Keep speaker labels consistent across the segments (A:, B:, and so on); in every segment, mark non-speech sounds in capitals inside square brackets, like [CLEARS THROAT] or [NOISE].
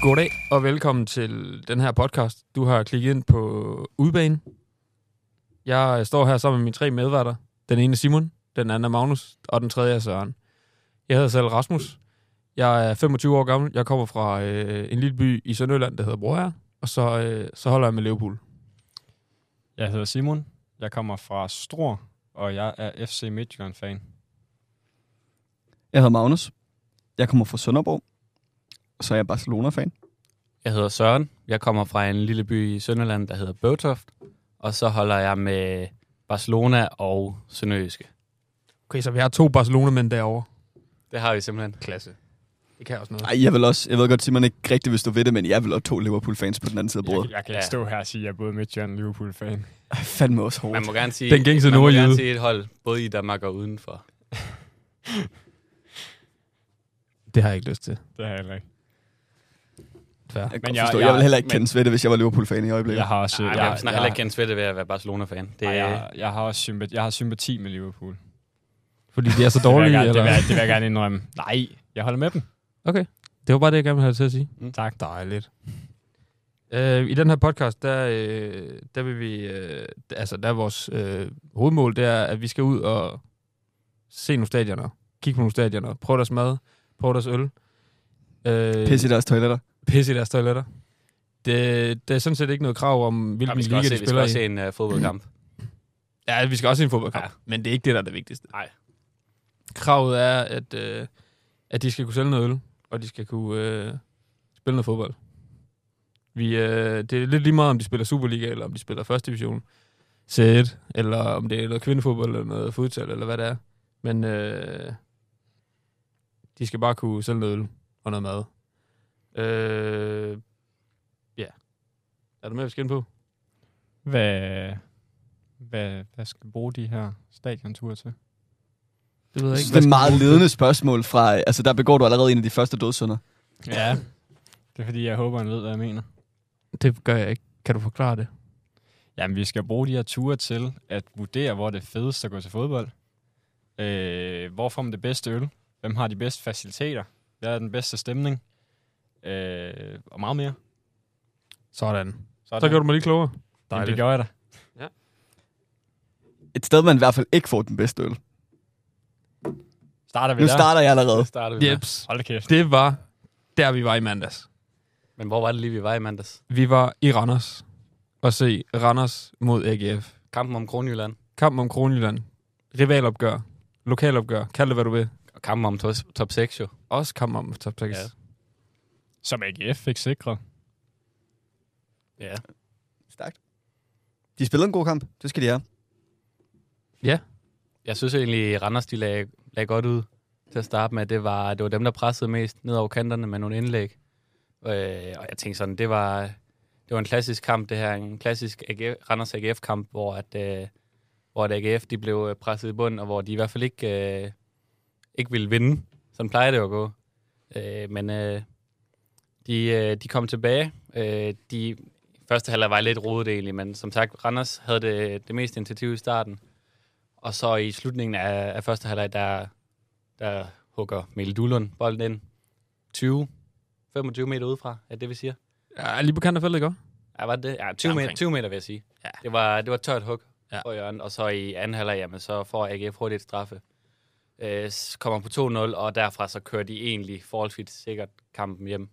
A: Goddag og velkommen til den her podcast. Du har klikket ind på Udbane. Jeg står her sammen med mine tre medværter. Den ene er Simon, den anden er Magnus, og den tredje er Søren. Jeg hedder selv Rasmus. Jeg er 25 år gammel. Jeg kommer fra øh, en lille by i Sønderjylland, der hedder Broager. Og så, øh, så holder jeg med Liverpool.
B: Jeg hedder Simon. Jeg kommer fra Struer, og jeg er FC Midtjylland-fan.
C: Jeg hedder Magnus. Jeg kommer fra Sønderborg. Og så er jeg Barcelona-fan.
D: Jeg hedder Søren. Jeg kommer fra en lille by i Sønderland, der hedder Bøvtoft. Og så holder jeg med Barcelona og Sønderjyske.
A: Okay, så vi har to Barcelona-mænd derovre.
D: Det har vi simpelthen.
A: Klasse. Det kan også noget.
C: Nej, jeg vil også, jeg ved godt, Simon ikke rigtig hvis du ved det, men jeg vil også to Liverpool-fans på den anden side af
B: Jeg,
C: bordet.
B: jeg kan ikke
D: Ja.
B: stå her og sige, at jeg er både Midtjylland og Liverpool-fan.
C: Ej, Fandme også hårdt.
D: Man må gerne sige,
A: Den gængse
D: man må gerne
A: nordjyde.
D: sige et hold, både i Danmark og udenfor.
A: Det har jeg ikke lyst til.
B: Det har jeg heller ikke.
A: Tvær.
C: Jeg,
B: Men
C: men
B: jeg-
C: jeg, forstå.
B: jeg-
C: jeg, vil heller ikke
B: men-
C: kende Svette, hvis jeg var Liverpool-fan i øjeblikket.
B: Jeg har også...
D: Nej,
B: jeg,
D: jeg,
B: jeg,
D: jeg snakker heller ikke kendt ved det ved at være Barcelona-fan. Det,
B: jeg,
D: er
B: jeg, jeg har også sympati, jeg har sympati med Liverpool.
A: Fordi de er så
B: [LAUGHS] Det vil, jeg
A: dårlige,
B: gerne, det,
A: eller?
B: vil jeg, det vil jeg gerne indrømme. Nej, jeg holder med dem.
A: Okay. Det var bare det, jeg gerne ville have til at sige.
D: Mm.
A: Tak. Dejligt. Øh, I den her podcast, der, øh, der vil vi, øh, altså der er vores øh, hovedmål, det er, at vi skal ud og se nogle stadioner, kigge på nogle stadioner, prøve deres mad, prøve deres øl. Øh,
C: Pisse i deres toiletter.
A: pisse i deres toiletter. Det, der er sådan set ikke noget krav om, hvilken
D: og vi skal
A: liga
D: også
A: de
D: se, vi skal også
A: spiller i.
D: se en uh, fodboldkamp.
A: Ja, vi skal også se en fodboldkamp,
D: Ja.
A: men det er ikke det, der er det vigtigste.
D: Nej.
A: Kravet er, at, øh, at de skal kunne sælge noget øl, og de skal kunne øh, spille noget fodbold. Vi, øh, det er lidt lige meget, om de spiller Superliga, eller om de spiller første division, C1, eller om det er noget kvindefodbold, eller noget futsal, eller hvad det er. Men øh, de skal bare kunne sælge noget øl og noget mad. Øh, ja. Er du med, vi skal ind på?
B: Hvad, hvad, hvad skal vi bruge de her stadionture til?
A: Det ved
C: Det er et meget ledende spørgsmål fra... Altså, der begår du allerede en af de første dødssynder.
B: Ja, det er fordi, jeg håber, han ved, hvad jeg mener.
A: Det gør jeg ikke. Kan du forklare det?
B: Jamen, vi skal bruge de her ture til at vurdere, hvor det er fedest at gå til fodbold. Øh, hvor får man det bedste øl? Hvem har de bedste faciliteter? Hvad er den bedste stemning? Øh, og meget mere.
A: Sådan.
B: Sådan.
A: Så gør du mig lige klogere.
B: Jamen, det gjorde jeg da.
C: Et sted, man i hvert fald ikke får den bedste øl.
B: Starter vi
C: Nu
B: der?
C: starter jeg allerede.
D: Det starter vi med.
A: Jeps.
B: Hold da kæft.
A: Det var der, vi var i mandags.
D: Men hvor var det lige, vi var i mandags?
A: Vi var i Randers og se Randers mod AGF.
D: Kampen om Kronjylland
A: Kamp om Kronjylland. Rivalopgør. Lokalopgør. Kald det, hvad du vil.
D: og kampen om tos, top 6 jo.
A: Også kamp om top 6.
D: Ja.
A: Ja.
B: Som AGF fik sikret.
D: Ja.
C: Stærkt. De spillede en god kamp. Det skal de have.
D: Jeg synes egentlig, Randers de lagde, lagde godt ud til at starte med. Det var, det var dem, der pressede mest ned over kanterne med nogle indlæg. Øh, og jeg tænkte sådan, det var, det var en klassisk kamp, det her. En klassisk AGF, Randers AGF-kamp, hvor, at, øh, hvor at AGF de blev øh, presset i bund, og hvor de i hvert fald ikke, øh, ikke ville vinde. Sådan plejer det jo at gå. Øh, men øh, de, øh, de kom tilbage. Øh, de første halvleg var lidt rodet egentlig, men som sagt, Randers havde det, det meste initiativ i starten. Og så i slutningen af, af første halvleg, der, der hugger Mikkel Dullund bolden ind. 20, 25 meter udefra, er det, vi siger.
A: ja lige på kanten af feltet, ikke også?
D: Ja, var det det? Ja, 20, meter,
A: Omkring.
D: 20 meter, vil jeg sige.
A: Ja.
D: Det, var, det var et tørt hug
A: Ja.
D: ja. på hjørnet, og så i anden halvleg, jamen, så får AGF hurtigt et straffe. Øh, s- kommer på 2-0, og derfra så kører de egentlig forholdsvis sikkert kampen hjem.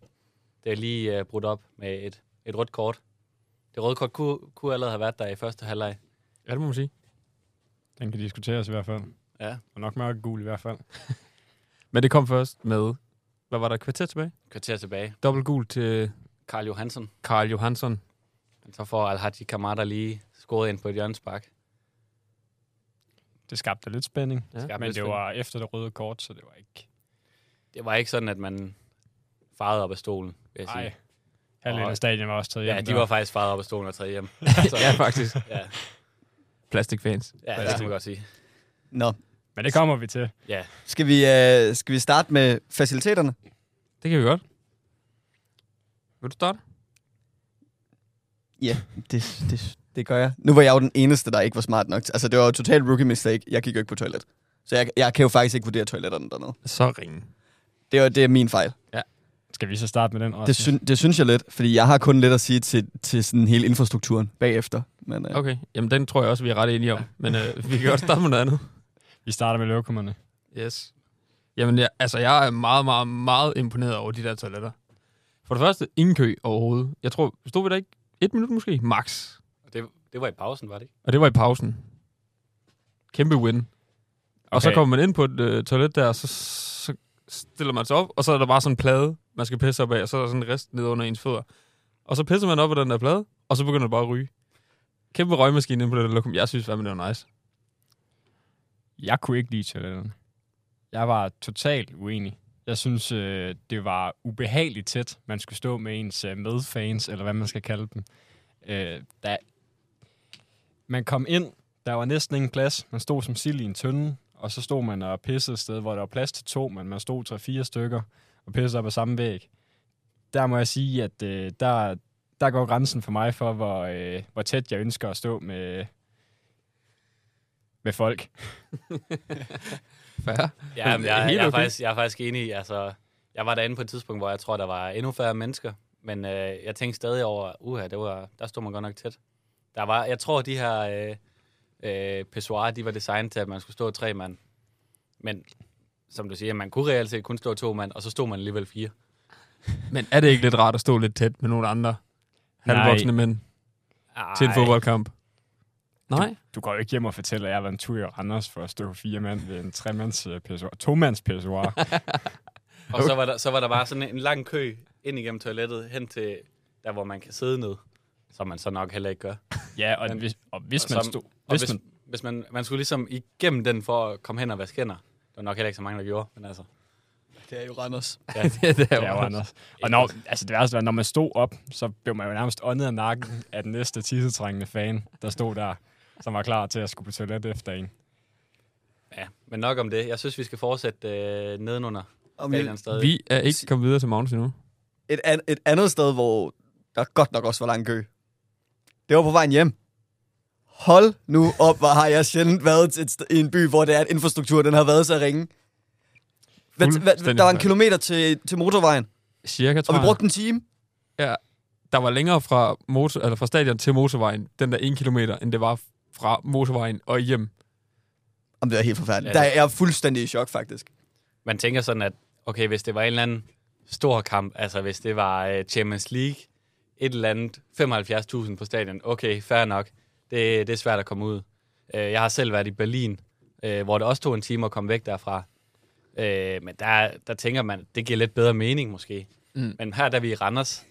D: Det er lige øh, brudt op med et, et rødt kort. Det røde kort kunne, kunne allerede have været der i første halvleg.
A: Ja, det må man sige.
B: Den kan diskuteres i hvert fald.
D: Ja.
B: Og nok mørkegul i hvert fald.
A: Men det kom først med, hvad var der, et kvarter tilbage?
D: Kvarter tilbage.
A: Dobbelt gul til
D: Karl Johansen
A: Karl Johansson.
D: Men så får Alhaji Kamada lige scoret ind på et hjørnspark.
B: Det skabte lidt spænding.
A: Ja.
D: Skabte
B: men det
D: lidt spænding.
B: var efter det røde kort, så det var ikke...
D: Det var ikke sådan, at man farede op af stolen, vil jeg sige.
B: Nej. Halvdelen
D: Og-
B: af stadion var også taget hjem.
D: ja, de
B: der.
D: var faktisk farede op af stolen og taget hjem. Så,
A: [LAUGHS] ja, faktisk.
D: ja,
A: Plastikfans.
D: ja, det kan man godt sige.
C: Nå.
B: Men det kommer vi til.
D: Ja,
C: Skal vi, øh, skal vi starte med faciliteterne?
A: Det kan vi godt. Vil du starte?
C: Ja, det, det, det gør jeg. Nu var jeg jo den eneste, der ikke var smart nok. til- Altså, det var jo totalt rookie mistake. Jeg gik jo ikke på toilet. Så jeg, jeg kan jo faktisk ikke vurdere toiletterne dernede.
A: Så ringe.
C: Det er, det er min fejl.
B: Skal vi så starte med den?
C: Det,
B: Rasmus?
C: syn, det synes jeg lidt, fordi jeg har kun lidt at sige til, til sådan hele infrastrukturen bagefter. Men, øh,
A: Okay, jamen den tror jeg også, vi er ret enige om. Men øh, vi kan godt starte med noget andet.
B: Vi starter med løvkummerne.
A: Yes. Jamen, jeg, altså, jeg er meget, meget, meget imponeret over de der toiletter. For det første, ingen kø overhovedet. Jeg tror, stod vi der ikke et minut måske? Max.
D: Det, det var i pausen, var det ikke?
A: Og det var i pausen. Kæmpe win. Okay. Og så
B: Okay.
A: kommer man ind på et øh, toilet der, og så, så stiller man sig op, og så er der bare sådan en plade, man skal pisse op af, og så er der sådan en rest ned under ens fødder. Og så pisser man op af den der plade, og så begynder det bare at ryge. Kæmpe røgmaskine inde på det der lokum. Jeg synes fandme, det var nice.
B: Jeg kunne ikke lide toiletterne. Jeg var totalt uenig. Jeg synes, øh, det var ubehageligt tæt, man skulle stå med ens øh, medfans, eller hvad man skal kalde dem. Øh, da man kom ind, der var næsten ingen plads. Man stod som sild i en tønde, og så stod man og pissede et sted, hvor der var plads til to, men man stod tre-fire stykker og pissede op ad samme væg. Der må jeg sige, at øh, der, der går grænsen for mig for, hvor, øh, hvor tæt jeg ønsker at stå med, med folk.
A: Fair.
D: Ja,
A: Men [LAUGHS]
D: men
A: det er
D: jeg,
A: helt
D: jeg, er
A: okay.
D: faktisk, jeg er faktisk enig. Altså, jeg var derinde på et tidspunkt, hvor jeg tror, der var endnu færre mennesker. Men øh, jeg tænkte stadig over, uha, det var, der stod man godt nok tæt. Der var, jeg tror, de her øh, øh, pissoirer, de var designet til, at man skulle stå tre mand. Men som du siger, man kunne reelt set kun stå to mand, og så stod man alligevel fire.
A: Men er det ikke lidt rart at stå lidt tæt med nogle andre halvvoksne mænd
D: Ej,
A: til en fodboldkamp? Nej.
B: Du går jo ikke hjem og fortæller, at jeg var en tur i Randers for at stå fire mand ved en tremands øh, pissoir. To-mands pissoir.
D: [LAUGHS] Og så var, der, så var der bare sådan en lang kø ind igennem toilettet, hen til der, hvor man kan sidde ned, som man så nok heller ikke gør.
B: ja, og,
D: Men-
B: hvis, og hvis
D: og
B: man
D: som-
B: stod...
D: Og
B: Hvis
D: hvis, [LAUGHS]
B: man,
D: hvis man, man skulle ligesom igennem den for at komme hen og vaske hænder. Det var nok heller ikke så mange, der gjorde, men altså.
C: det er jo Randers.
A: det
B: ja, jo, Anders. Og når, altså, det værste var, når man stod op, så blev man jo nærmest åndet af nakken af den næste tissetrængende fan, der stod der, som var klar til at skulle på toilet efter en.
D: Ja, men nok om det. Jeg synes, vi skal fortsætte øh, nedenunder.
C: Om jeg,
D: Om stadig.
A: Vi er ikke kommet videre til Magnus endnu.
C: et, an, et andet sted, hvor der godt nok også var lang kø. Det var på vejen hjem. Hold nu op, hvor har jeg sjældent været til et sted, i en by, hvor det er, at infrastruktur den har været så ringe. Hvad, hvad,
A: Fuldstændig
C: der var en
A: mand.
C: kilometer til, til motorvejen,
A: Cirka, tror
C: og vi
A: jeg.
C: brugte en time.
A: Der var længere fra, motor, eller fra stadion til motorvejen, den der 1 kilometer, end det var fra motorvejen og hjem.
C: Jamen, det var helt forfærdeligt.
D: Ja,
C: Ja,
D: det-
C: der, jeg er fuldstændig i chok, faktisk.
D: Man tænker sådan, at okay, hvis det var en eller anden stor kamp, altså hvis det var øh, Champions League, et eller andet, 75.000 på stadion, okay, fair nok. Det, det er svært at komme ud. Øh, jeg har selv været i Berlin, øh, hvor det også tog en time at komme væk derfra. Øh, men der, der tænker man, det giver lidt bedre mening måske.
A: Mm.
D: Mm. Men her der er vi i Randers,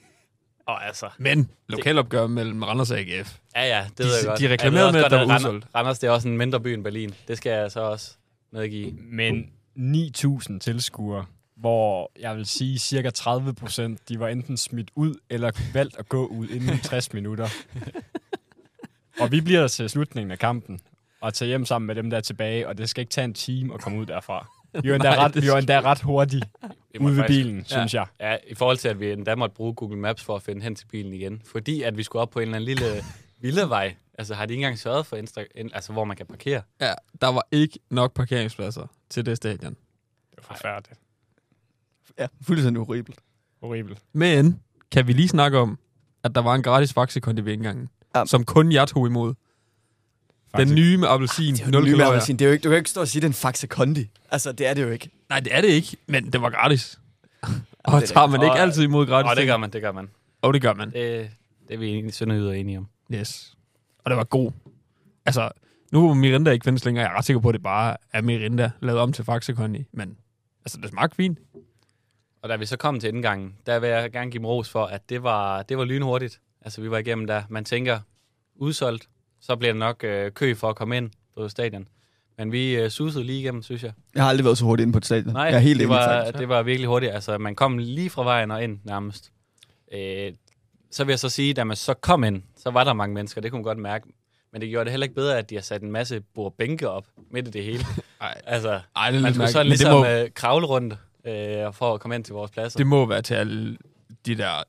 D: og altså,
A: Men lokalopgør mellem Randers og AGF.
D: Ja, ja, det
A: De-
D: ved jeg godt.
A: de reklamerede
D: Jeg ved også
A: med, at
D: godt,
A: der var
D: Rand-
A: udsolgt.
D: Randers, det er også en mindre by end Berlin. Det skal jeg så også medgive.
B: Men 9.000 tilskuere, hvor jeg vil sige cirka 30 procent, de var enten smidt ud eller valgt at gå ud inden 60 minutter. og vi bliver der til slutningen af kampen og tager hjem sammen med dem, der er tilbage, og det skal ikke tage en time at komme ud derfra. Vi var endda,
A: Nej,
B: ret,
A: det
B: vi var endda ret hurtige
D: Vi må
B: ude ved
D: faktisk-
B: bilen, synes jeg.
D: Ja, i forhold til, at vi endda måtte bruge Google Maps for at finde hen til bilen igen. Fordi at vi skulle op på en eller anden lille villavej. Altså har de ikke engang sørget for, Insta- ind- altså, hvor man kan parkere.
A: Ja, der var ikke nok parkeringspladser til det stadion.
B: Det var forfærdeligt.
C: Ja, fuldstændig horribelt.
B: Horribelt.
A: Men kan vi lige snakke om, at der var en gratis vaxekont i indgangen,
C: Ja.
A: som kun jeg tog imod. Den nye med appelsin,
C: Det er jo
A: 0
C: den nye med
A: kalorier.
C: appelsin. Det er jo ikke, du kan jo ikke stå og sige, at det er en faxe kondi. Altså, det er det jo ikke.
A: Nej, det er det ikke, men det var gratis.
C: det
A: og
C: er
A: tager man
D: det.
A: ikke
D: Og-
A: altid imod gratis
D: Og det
A: ting?
D: gør man, det gør man.
A: Og det gør man.
D: Det, det er vi egentlig sønderjyder enige om.
A: Yes. Og det var god. Altså, nu hvor Mirinda ikke findes længere, jeg er ret sikker på, at det bare er Mirinda lavet om til Faxe Kondi. Men altså, det smagte fint.
D: Og da vi så kom til indgangen, der vil jeg gerne give dem ros for, at det var, det var lynhurtigt. Altså, vi var igennem der. Man tænker, udsolgt, så bliver der nok øh, kø for at komme ind på stadion. Men vi øh, susede lige igennem, synes jeg.
C: Jeg har aldrig været så hurtigt inde på et stadion.
D: Nej,
C: jeg er helt
D: det,
C: enig,
D: var,
C: faktisk.
D: det var virkelig hurtigt. Altså, man kom lige fra vejen og ind nærmest. Øh, så vil jeg så sige, da man så kom ind, så var der mange mennesker. Det kunne man godt mærke. Men det gjorde det heller ikke bedre, at de har sat en masse bordbænke op midt i det hele.
A: [LAUGHS] Ej.
D: altså,
A: Ej, det er
D: man
A: lidt
D: skulle
A: mærkeligt.
D: sådan
A: Men
D: ligesom
A: det, må,
D: øh, kravle rundt øh, for at komme ind til vores pladser.
A: det må være til alle de der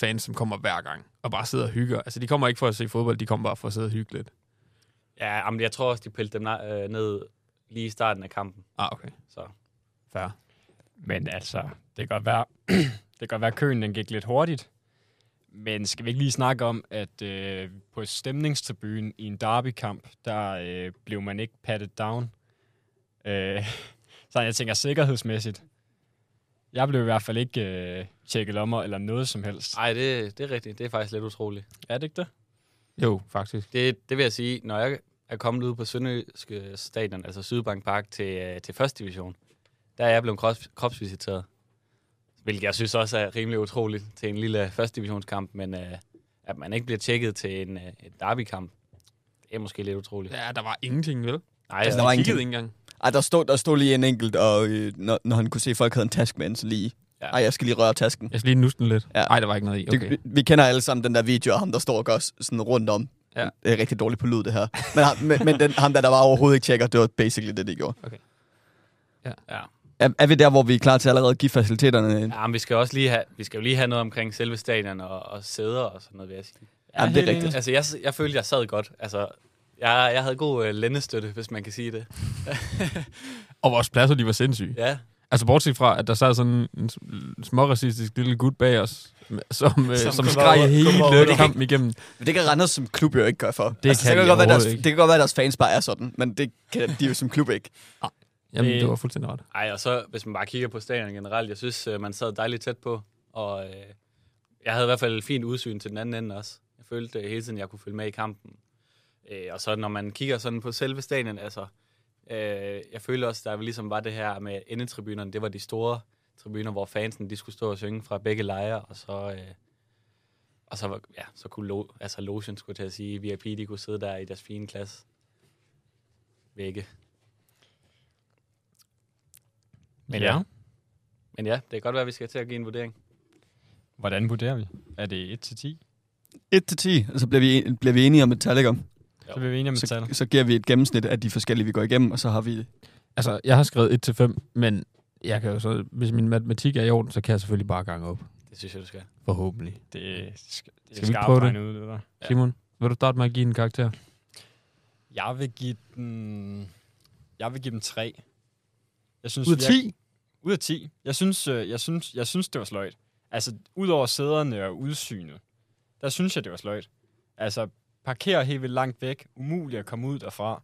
A: fans, som kommer hver gang og bare sidder og hygger. Altså, de kommer ikke for at se fodbold, de kommer bare for at sidde og hygge lidt.
D: Ja, jamen, jeg tror også, de pillede dem na- øh, ned lige i starten af kampen.
A: Ah, okay.
D: Så.
A: Fair.
B: Men altså, det kan godt være, [CLEARS THROAT] Det kan godt være, at køen den gik lidt hurtigt. Men skal vi ikke lige snakke om, at øh, på stemningstribunen i en derbykamp, der øh, blev man ikke patted down. Øh, [LAUGHS] så jeg tænker sikkerhedsmæssigt. Jeg blev i hvert fald ikke øh, tjekket lommer eller noget som helst.
D: Nej, det, det er rigtigt. Det er faktisk lidt utroligt.
B: Ah, Er det ikke det?
A: Jo, faktisk.
D: Det, det vil jeg sige, når jeg er kommet ud på Sønderjyske Stadion, altså Sydbank Park, til, øh, til første division, der er jeg blevet krops, kropsvisiteret. Hvilket jeg synes også er rimelig utroligt til en lille første divisionskamp, men øh, at man ikke bliver tjekket til en øh, et derbykamp, det er måske lidt utroligt.
A: Ja, der var ingenting, vel?
D: Nej,
A: Altså, der
D: altså,
C: der
D: ja,
A: var
C: var
A: kiggede ikke engang.
C: Ej, der stod, der stod lige en enkelt, og øh, når, når han kunne se, at folk havde en task med, så lige...
D: Ja.
C: Ej, jeg skal lige røre tasken.
A: Jeg skal lige nusse den lidt.
C: Ja.
A: Nej, der var ikke noget i.
C: Okay. Det, vi, vi kender alle sammen den der video af ham, der står og gør s- sådan rundt om.
A: Ja.
C: Ja. Det er rigtig dårligt på lyd, det her. Men, ham, men, men den, ham der, der var overhovedet ikke tjekker, det var basically det, de gjorde.
A: Okay. Ja.
C: Ja. Er, er vi der, hvor vi er klar til allerede at give faciliteterne? en-
D: ja, men vi skal også lige have, vi skal jo lige have noget omkring selve stadion og, og sæder og sådan noget, vil jeg sige.
B: Ja,
C: Jamen, det er rigtigt.
D: Altså, jeg, jeg følte, jeg sad godt. Altså, jeg, jeg havde god øh, lændestøtte, hvis man kan sige det.
A: Og vores pladser, de var sindssyge. Ja.
D: Ja,
A: Altså, bortset fra, at der sad sådan en s- småracistisk lille gut bag os, m- som, øh, som,
D: Som
A: som
D: kom
A: skreg
D: over- kom over
A: hele
D: det.
A: kampen igennem.
C: Men det kan Randers som klub jo ikke gøre for.
A: kan
C: Det, det,
A: de
C: kan godt være, deres,
A: overhovedet ikke.
C: det kan godt være, at deres fans bare er sådan, men det kan de jo som klub ikke.
A: Jamen,
B: Det-
A: det var fuldstændig ret.
D: Ej, og så hvis man bare kigger på stadion generelt, jeg synes, øh, man sad dejligt tæt på, og øh, jeg havde i hvert fald et fint udsyn til den anden ende også. Jeg følte øh, hele tiden, jeg kunne følge med i kampen. Øh, og så når man kigger sådan på selve stadion, altså, øh, jeg følte også, der ligesom var det her med endetribunerne, det var de store tribuner, hvor fansen de skulle stå og synge fra begge lejre, og så... Øh, og så, var- ja, så kunne lo- altså logen, skulle jeg til at sige, VIP, de kunne sidde der i deres fine klasse. Vægge. Men ja. Men ja, det kan godt være, at vi skal til at give en vurdering.
B: Hvordan vurderer vi? Er det 1-10?
C: 1-10, og så bliver vi, en- bliver vi enige om et tal, ikke om?
B: Så bliver vi enige om et
C: Så,
B: tal.
C: så giver vi et gennemsnit af de forskellige, vi går igennem, og så har vi...
A: Altså, jeg har skrevet 1-5, men jeg kan jo så, hvis min matematik er i orden, så kan jeg selvfølgelig bare gange op.
D: Det synes jeg, du skal.
A: Forhåbentlig.
B: Det, sk- det
A: Skal vi
B: er
A: ikke
B: skarpt
A: prøve det?
B: regnet ud, det der.
A: Ja. Simon, vil du starte med at give en karakter?
B: Jeg vil give den... Jeg vil give den 3. Jeg synes,
A: Ud af
B: virke-
A: 10?
B: Ud af 10. Jeg synes, øh, jeg synes, jeg synes det var sløjt. Altså, udover sæderne og udsynet, der synes jeg, det var sløjt. Altså, parkere helt vildt langt væk. Umuligt at komme ud derfra.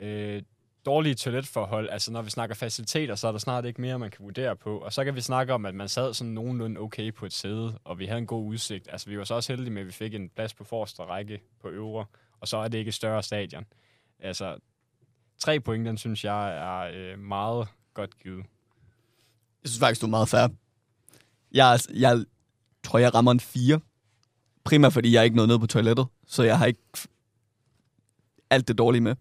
B: Øh, dårlige toiletforhold. Altså, når vi snakker faciliteter, så er der snart ikke mere, man kan vurdere på. Og så kan vi snakke om, at man sad sådan nogenlunde okay på et sæde, og vi havde en god udsigt. Altså, vi var så også heldige med, at vi fik en plads på forreste række på øvre, og så er det ikke et større stadion. Altså, tre point, den synes jeg er øh, meget godt givet.
C: Jeg synes faktisk, du er meget fair. Jeg, er- altså, jeg tror, jeg rammer en 4. Primært fordi jeg ikke nåede ned på toilettet, så jeg har ikke alt det dårlige med.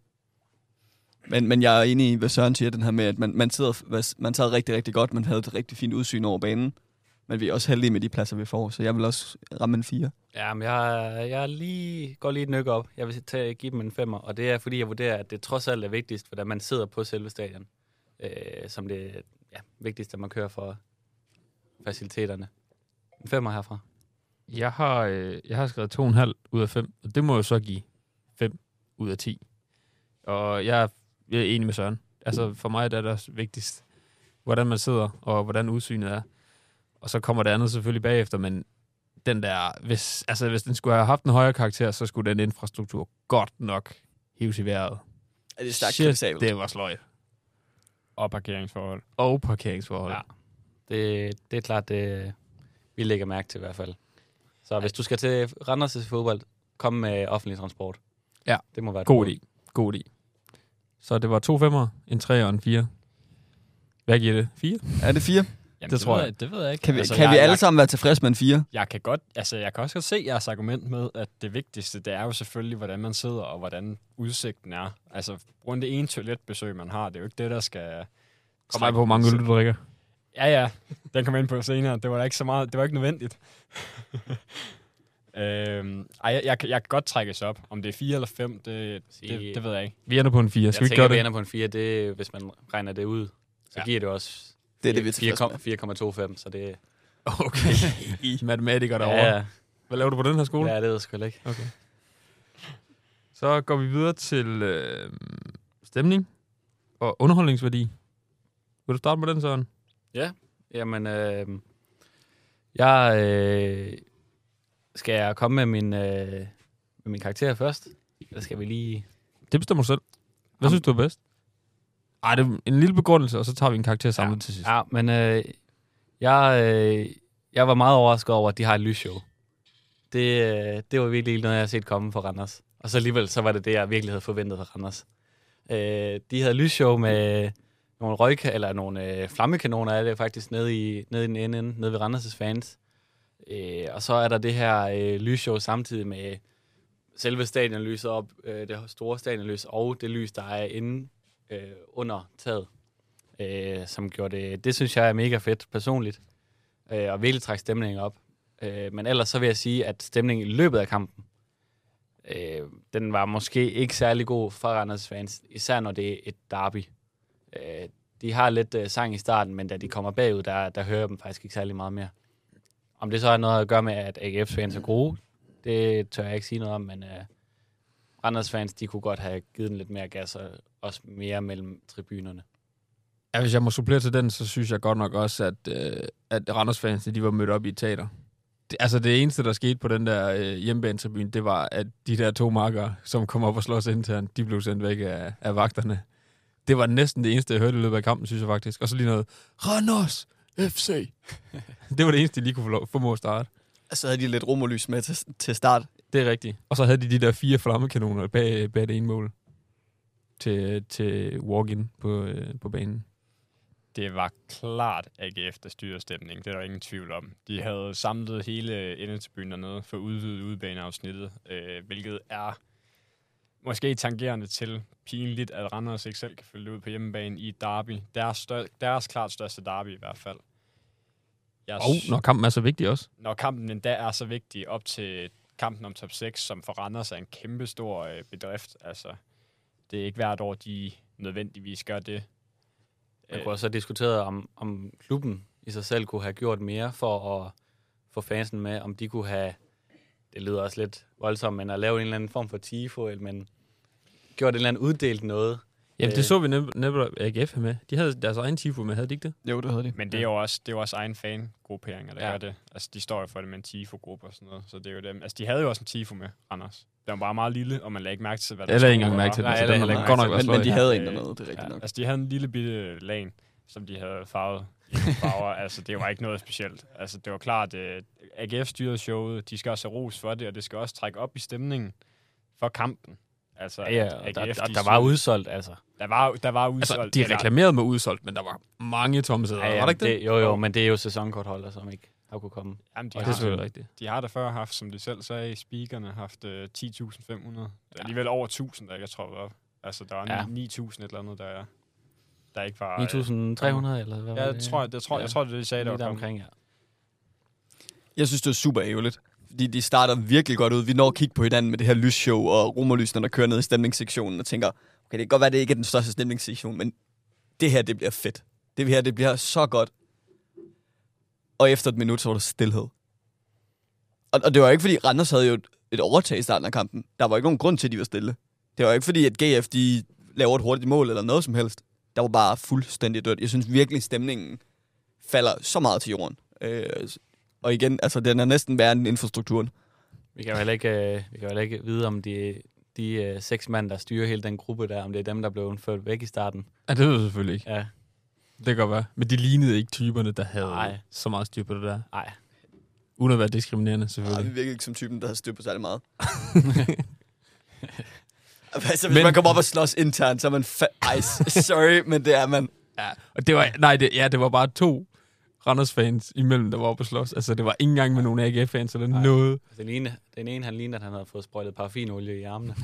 C: Men, men jeg er enig i, hvad Søren siger, den her med, at man, man, sidder, hvad- man sad rigtig, rigtig godt. Man havde et rigtig fint udsyn over banen. Men vi er også heldige med de pladser, vi får, så jeg vil også ramme en 4.
D: Ja, men jeg, jeg er lige, går lige et nykke op. Jeg vil tage, give dem en femmer, og det er, fordi jeg vurderer, at det trods alt er vigtigst, hvordan man sidder på selve stadion, øh, som det ja, vigtigste, man kører for faciliteterne. En femmer herfra.
A: Jeg har, øh, jeg har skrevet 2,5 ud af 5, og det må jo så give 5 ud af 10. Og jeg er, jeg er enig med Søren. Altså for mig der er det også vigtigst, hvordan man sidder, og hvordan udsynet er. Og så kommer det andet selvfølgelig bagefter, men den der, hvis, altså, hvis den skulle have haft en højere karakter, så skulle den infrastruktur godt nok hives i vejret.
C: Er det
A: Shit, det var sløjt.
B: og parkeringsforhold.
A: Og parkeringsforhold. Ja.
D: Ja. Det, det er klart, det vi lægger mærke til i hvert fald. Så hvis du skal til Randers' fodbold, kom med offentlig transport.
A: Ja.
D: Det må være et
A: God
D: råd.
A: idé. God idé. Så det var to femmer, en tre og en fire. Hvad giver det? Fire?
C: Er det 4?
B: Jamen,
A: Det tror
B: ved
A: jeg.
B: Det ved jeg ikke.
C: Kan vi,
B: Altså,
C: altså, kan
B: jeg,
C: vi alle
B: jeg,
C: sammen være tilfredse med en 4?
B: jeg, kan godt, altså, jeg kan også godt se jeres argument med, at det vigtigste, det er jo selvfølgelig, hvordan man sidder og hvordan udsigten er. Altså, rundt det ene toiletbesøg, man har, det er jo ikke det, der skal...
A: Kommer an på, hvor mange øl du drikker.
B: Ja, ja. Den kommer jeg ind på senere. Det var da ikke så meget... Det var ikke
A: [LAUGHS]
B: nødvendigt. øhm, ej, jeg, jeg, kan- jeg kan godt trækkes op. Om det er 4 eller 5, det,
D: Sige-
B: det, det ved jeg ikke.
A: Vi ender på en 4.
D: Jeg
A: Skal vi ikke
D: tænker,
A: gøre
D: vi
A: det?
D: ender på en 4. Det, hvis man regner det ud, så
B: Ja.
D: giver det også
C: Det er det, vi er tilfredse med.
D: 4,25, så det...
A: [LAUGHS] Okay. Matematiker derovre. Ja.
D: Ja,
A: Hvad laver du på den her skole? Ja.
D: ja, det ved jeg sgu heller ikke.
A: Okay. Så går vi videre til øh, stemning og underholdningsværdi. Vil du starte med den, Søren?
D: Jamen, øh, Jeg øh, skal jeg komme med min, øh, med min karakter først. Eller skal vi lige...
A: Det bestemmer du selv. Hvad synes du er bedst? Ej, det er en lille begrundelse, og så tager vi en karakter samlet til sidst.
D: Ja, men øh, jeg, øh, jeg var meget overrasket over, at de har et lysshow. Det, øh, det var virkelig ikke noget, jeg har set komme for Randers. Og så alligevel, så var det det, jeg virkelig havde forventet fra Randers. Øh, de havde lysshow med nogle røg, eller nogle øh, flammekanoner er det faktisk nede i, nede i den ende, ende, nede ved Randers' fans. Øh, og så er der det her øh, lysshow samtidig med selve stadion lyser op, øh, det store stadion lys, og det lys, der er inde øh, under taget øh, som gjorde det. Det synes jeg er mega fedt personligt, øh, og virkelig trække stemningen op. Øh, men ellers så vil jeg sige, at stemningen i løbet af kampen, øh, den var måske ikke særlig god for Randers fans, især når det er et derby. Øh, de har lidt øh, sang i starten, men da de kommer bagud, der, der hører jeg dem faktisk ikke særlig meget mere. Om det så har noget at gøre med, at AGF's fans er gode, det tør jeg ikke sige noget om, men øh, Randers fans, de kunne godt have givet den lidt mere gas, og også mere mellem tribunerne.
A: Ja, hvis jeg må supplere til den, så synes jeg godt nok også, at, øh, at Randers fansene, de var mødt op i et teater. Det, altså det eneste, der skete på den der øh, hjemmebanetribune, det var, at de der to marker, som kom op og slås internt, de blev sendt væk af, af vagterne. Det var næsten det eneste, jeg hørte i løbet af kampen, synes jeg faktisk. Og så lige noget, Randers [LAUGHS] FC. det var det eneste, de lige kunne få lov, formå at starte.
C: Så havde de lidt romerlys med til, til start.
A: Det er rigtigt. Og så havde de de der fire flammekanoner bag, bag det ene mål til, til walk-in på, øh, på banen.
B: Det var klart AGF, der styrer stemningen. Det er der ingen tvivl om. De havde samlet hele endetribunen dernede for at udvide udebaneafsnittet, øh, hvilket er måske tangerende til pinligt, at Randers ikke selv kan følge det ud på hjemmebane i et derby. Deres, stør- deres klart største derby i hvert fald. Jeg
A: Og når kampen er så vigtig også.
B: når kampen endda er så vigtig op til kampen om top 6, som for Randers er en kæmpe stor øh, bedrift. Altså, det er ikke hvert år, de nødvendigvis gør det.
D: Man
B: Øh.
D: kunne også have diskuteret, om, om klubben i sig selv kunne have gjort mere for at få fansen med, om de kunne have, det lyder også lidt voldsomt, men at lave en eller anden form for tifo, eller men gjort en eller anden uddelt noget.
A: Jamen,
D: Øh.
A: det så vi nem- netop AGF have med. De havde deres egen tifo med, havde de ikke det?
C: Jo, det havde de.
B: Men det er jo også, det er jo også egen fangrupperinger, der
D: Ja.
B: ja. gør det. Altså, de står jo for det med en TIFO-gruppe og sådan noget. Så det er jo dem. Altså, de havde jo også en TIFO med, Anders. Den var bare meget lille, og man lagde ikke mærke til, hvad der
A: Eller ikke
B: stod,
A: engang mærke til den,
B: og-
D: Nej,
A: så
D: eller
A: den har
D: heller
A: man
D: ikke
A: godt
D: mærke
A: nok været
D: til
C: Men, men de
A: sløj.
C: havde
B: Øh,
C: en dernede, det er rigtigt nok.
B: Altså, de havde en lille bitte lag, som de havde farvet i
A: [LAUGHS]
B: nogle farver. altså, det var ikke noget specielt. Altså, det var klart, at AGF styrede showet. De skal også have ros for det, og det skal også trække op i stemningen for kampen. Altså,
D: Ja, ja
B: at
D: og der, der,
B: AGF, de
D: der var
B: styrede-
D: udsolgt, altså.
B: Der var, der var udsolgt.
A: Altså, de
B: eller-
A: reklamerede med udsolgt, men der var mange tomme sæder, ja, var det ikke det?
D: det, jo, jo, men det er jo sæsonkortholder, som ikke har kunne komme.
B: Jamen, de,
A: Og Ah, det
B: har,
A: er selvfølgelig rigtigt.
B: de har da før haft, som de selv sagde, speakerne haft øh, 10.500. Der er alligevel over 1.000, der ikke er troppet op. Altså, der er
D: Ja.
B: ja. 9.000 et eller andet, der er der ikke var...
D: 9.300, eller hvad var
B: Ja,
D: det?
B: jeg tror, jeg, det, tror, jeg tror, det er det, de sagde, der
D: lige
B: var
D: der
B: kommet.
D: omkring, ja.
C: Jeg synes, det er super ærgerligt. Fordi de starter virkelig godt ud. Vi når at kigge på hinanden med det her lysshow og romerlysene, der kører ned i stemningssektionen og tænker, okay, det kan godt være, det ikke er den største stemningssektion, men det her, det bliver fedt. Det her, det bliver så godt. Og efter et minut, så var der stillhed. Og, og det var ikke, fordi Randers havde jo et, et overtag i starten af kampen. Der var ikke nogen grund til, at de var stille. Det var ikke, fordi at GF, de laver et hurtigt mål eller noget som helst. Der var bare fuldstændig dødt. Jeg synes virkelig, stemningen falder så meget til jorden. Øh, og igen, altså, den er næsten værre end infrastrukturen.
D: Vi kan jo heller ikke, øh, vi kan jo heller ikke vide, om de, de øh, seks mand, der styrer hele den gruppe der, om det er dem, der blev ført væk i starten.
A: Ja, det ved jeg selvfølgelig ikke.
D: Ja,
A: Det kan godt være. Men de lignede ikke typerne, der havde
D: Nej.
A: Nej. så meget styr på det der.
D: nej.
A: Uden at være diskriminerende,
C: Ej,
A: selvfølgelig.
C: vi virker ikke som typen, der har styr på særlig meget. altså, hvis men...
A: Men-
C: man kommer op og slås internt, så er man fa- Ej, sorry, men det er man.
A: Ja. Og det var, nej, det, ja, det var bare to Randers-fans imellem, der var oppe og slås. Altså, det var ikke engang med nogen AGF-fans eller
D: Nej.
A: noget.
D: Den ene, den ene, han lignede, at han havde fået sprøjtet paraffinolie i armene.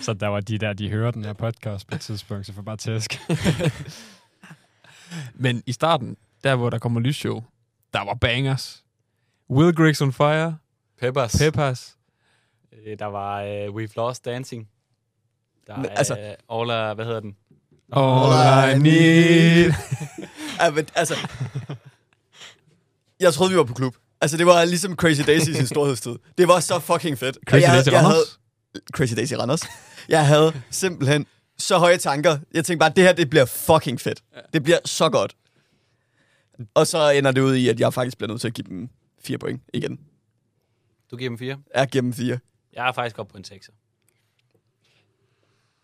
B: Så der var de der, de hører den her podcast på et tidspunkt, så får bare tæsk.
A: Men i starten, der hvor der kommer lysshow, der var bangers. Will Griggs on fire,
D: Peppers.
A: Peppers,
D: Øh, Der var uh, We've Lost Dancing. Der
C: Men,
D: er
C: altså-
D: altså... Ola, hvad hedder den?
A: All I need.
C: Ej, men, altså, jeg troede, vi var på klub. Altså, det var ligesom Crazy Daisy's sin storhedstid. Det var så fucking fedt. Og
A: Crazy Daisy Randers.
C: havde, Crazy Daisy Randers. Jeg havde simpelthen så høje tanker. Jeg tænkte bare, det her, det bliver fucking fedt. Det bliver så godt. Og så ender det ud i, at jeg faktisk bliver nødt til at give dem fire point igen.
D: Du giver dem fire.
C: Jeg giver dem fire.
D: Jeg er faktisk oppe på en sekser.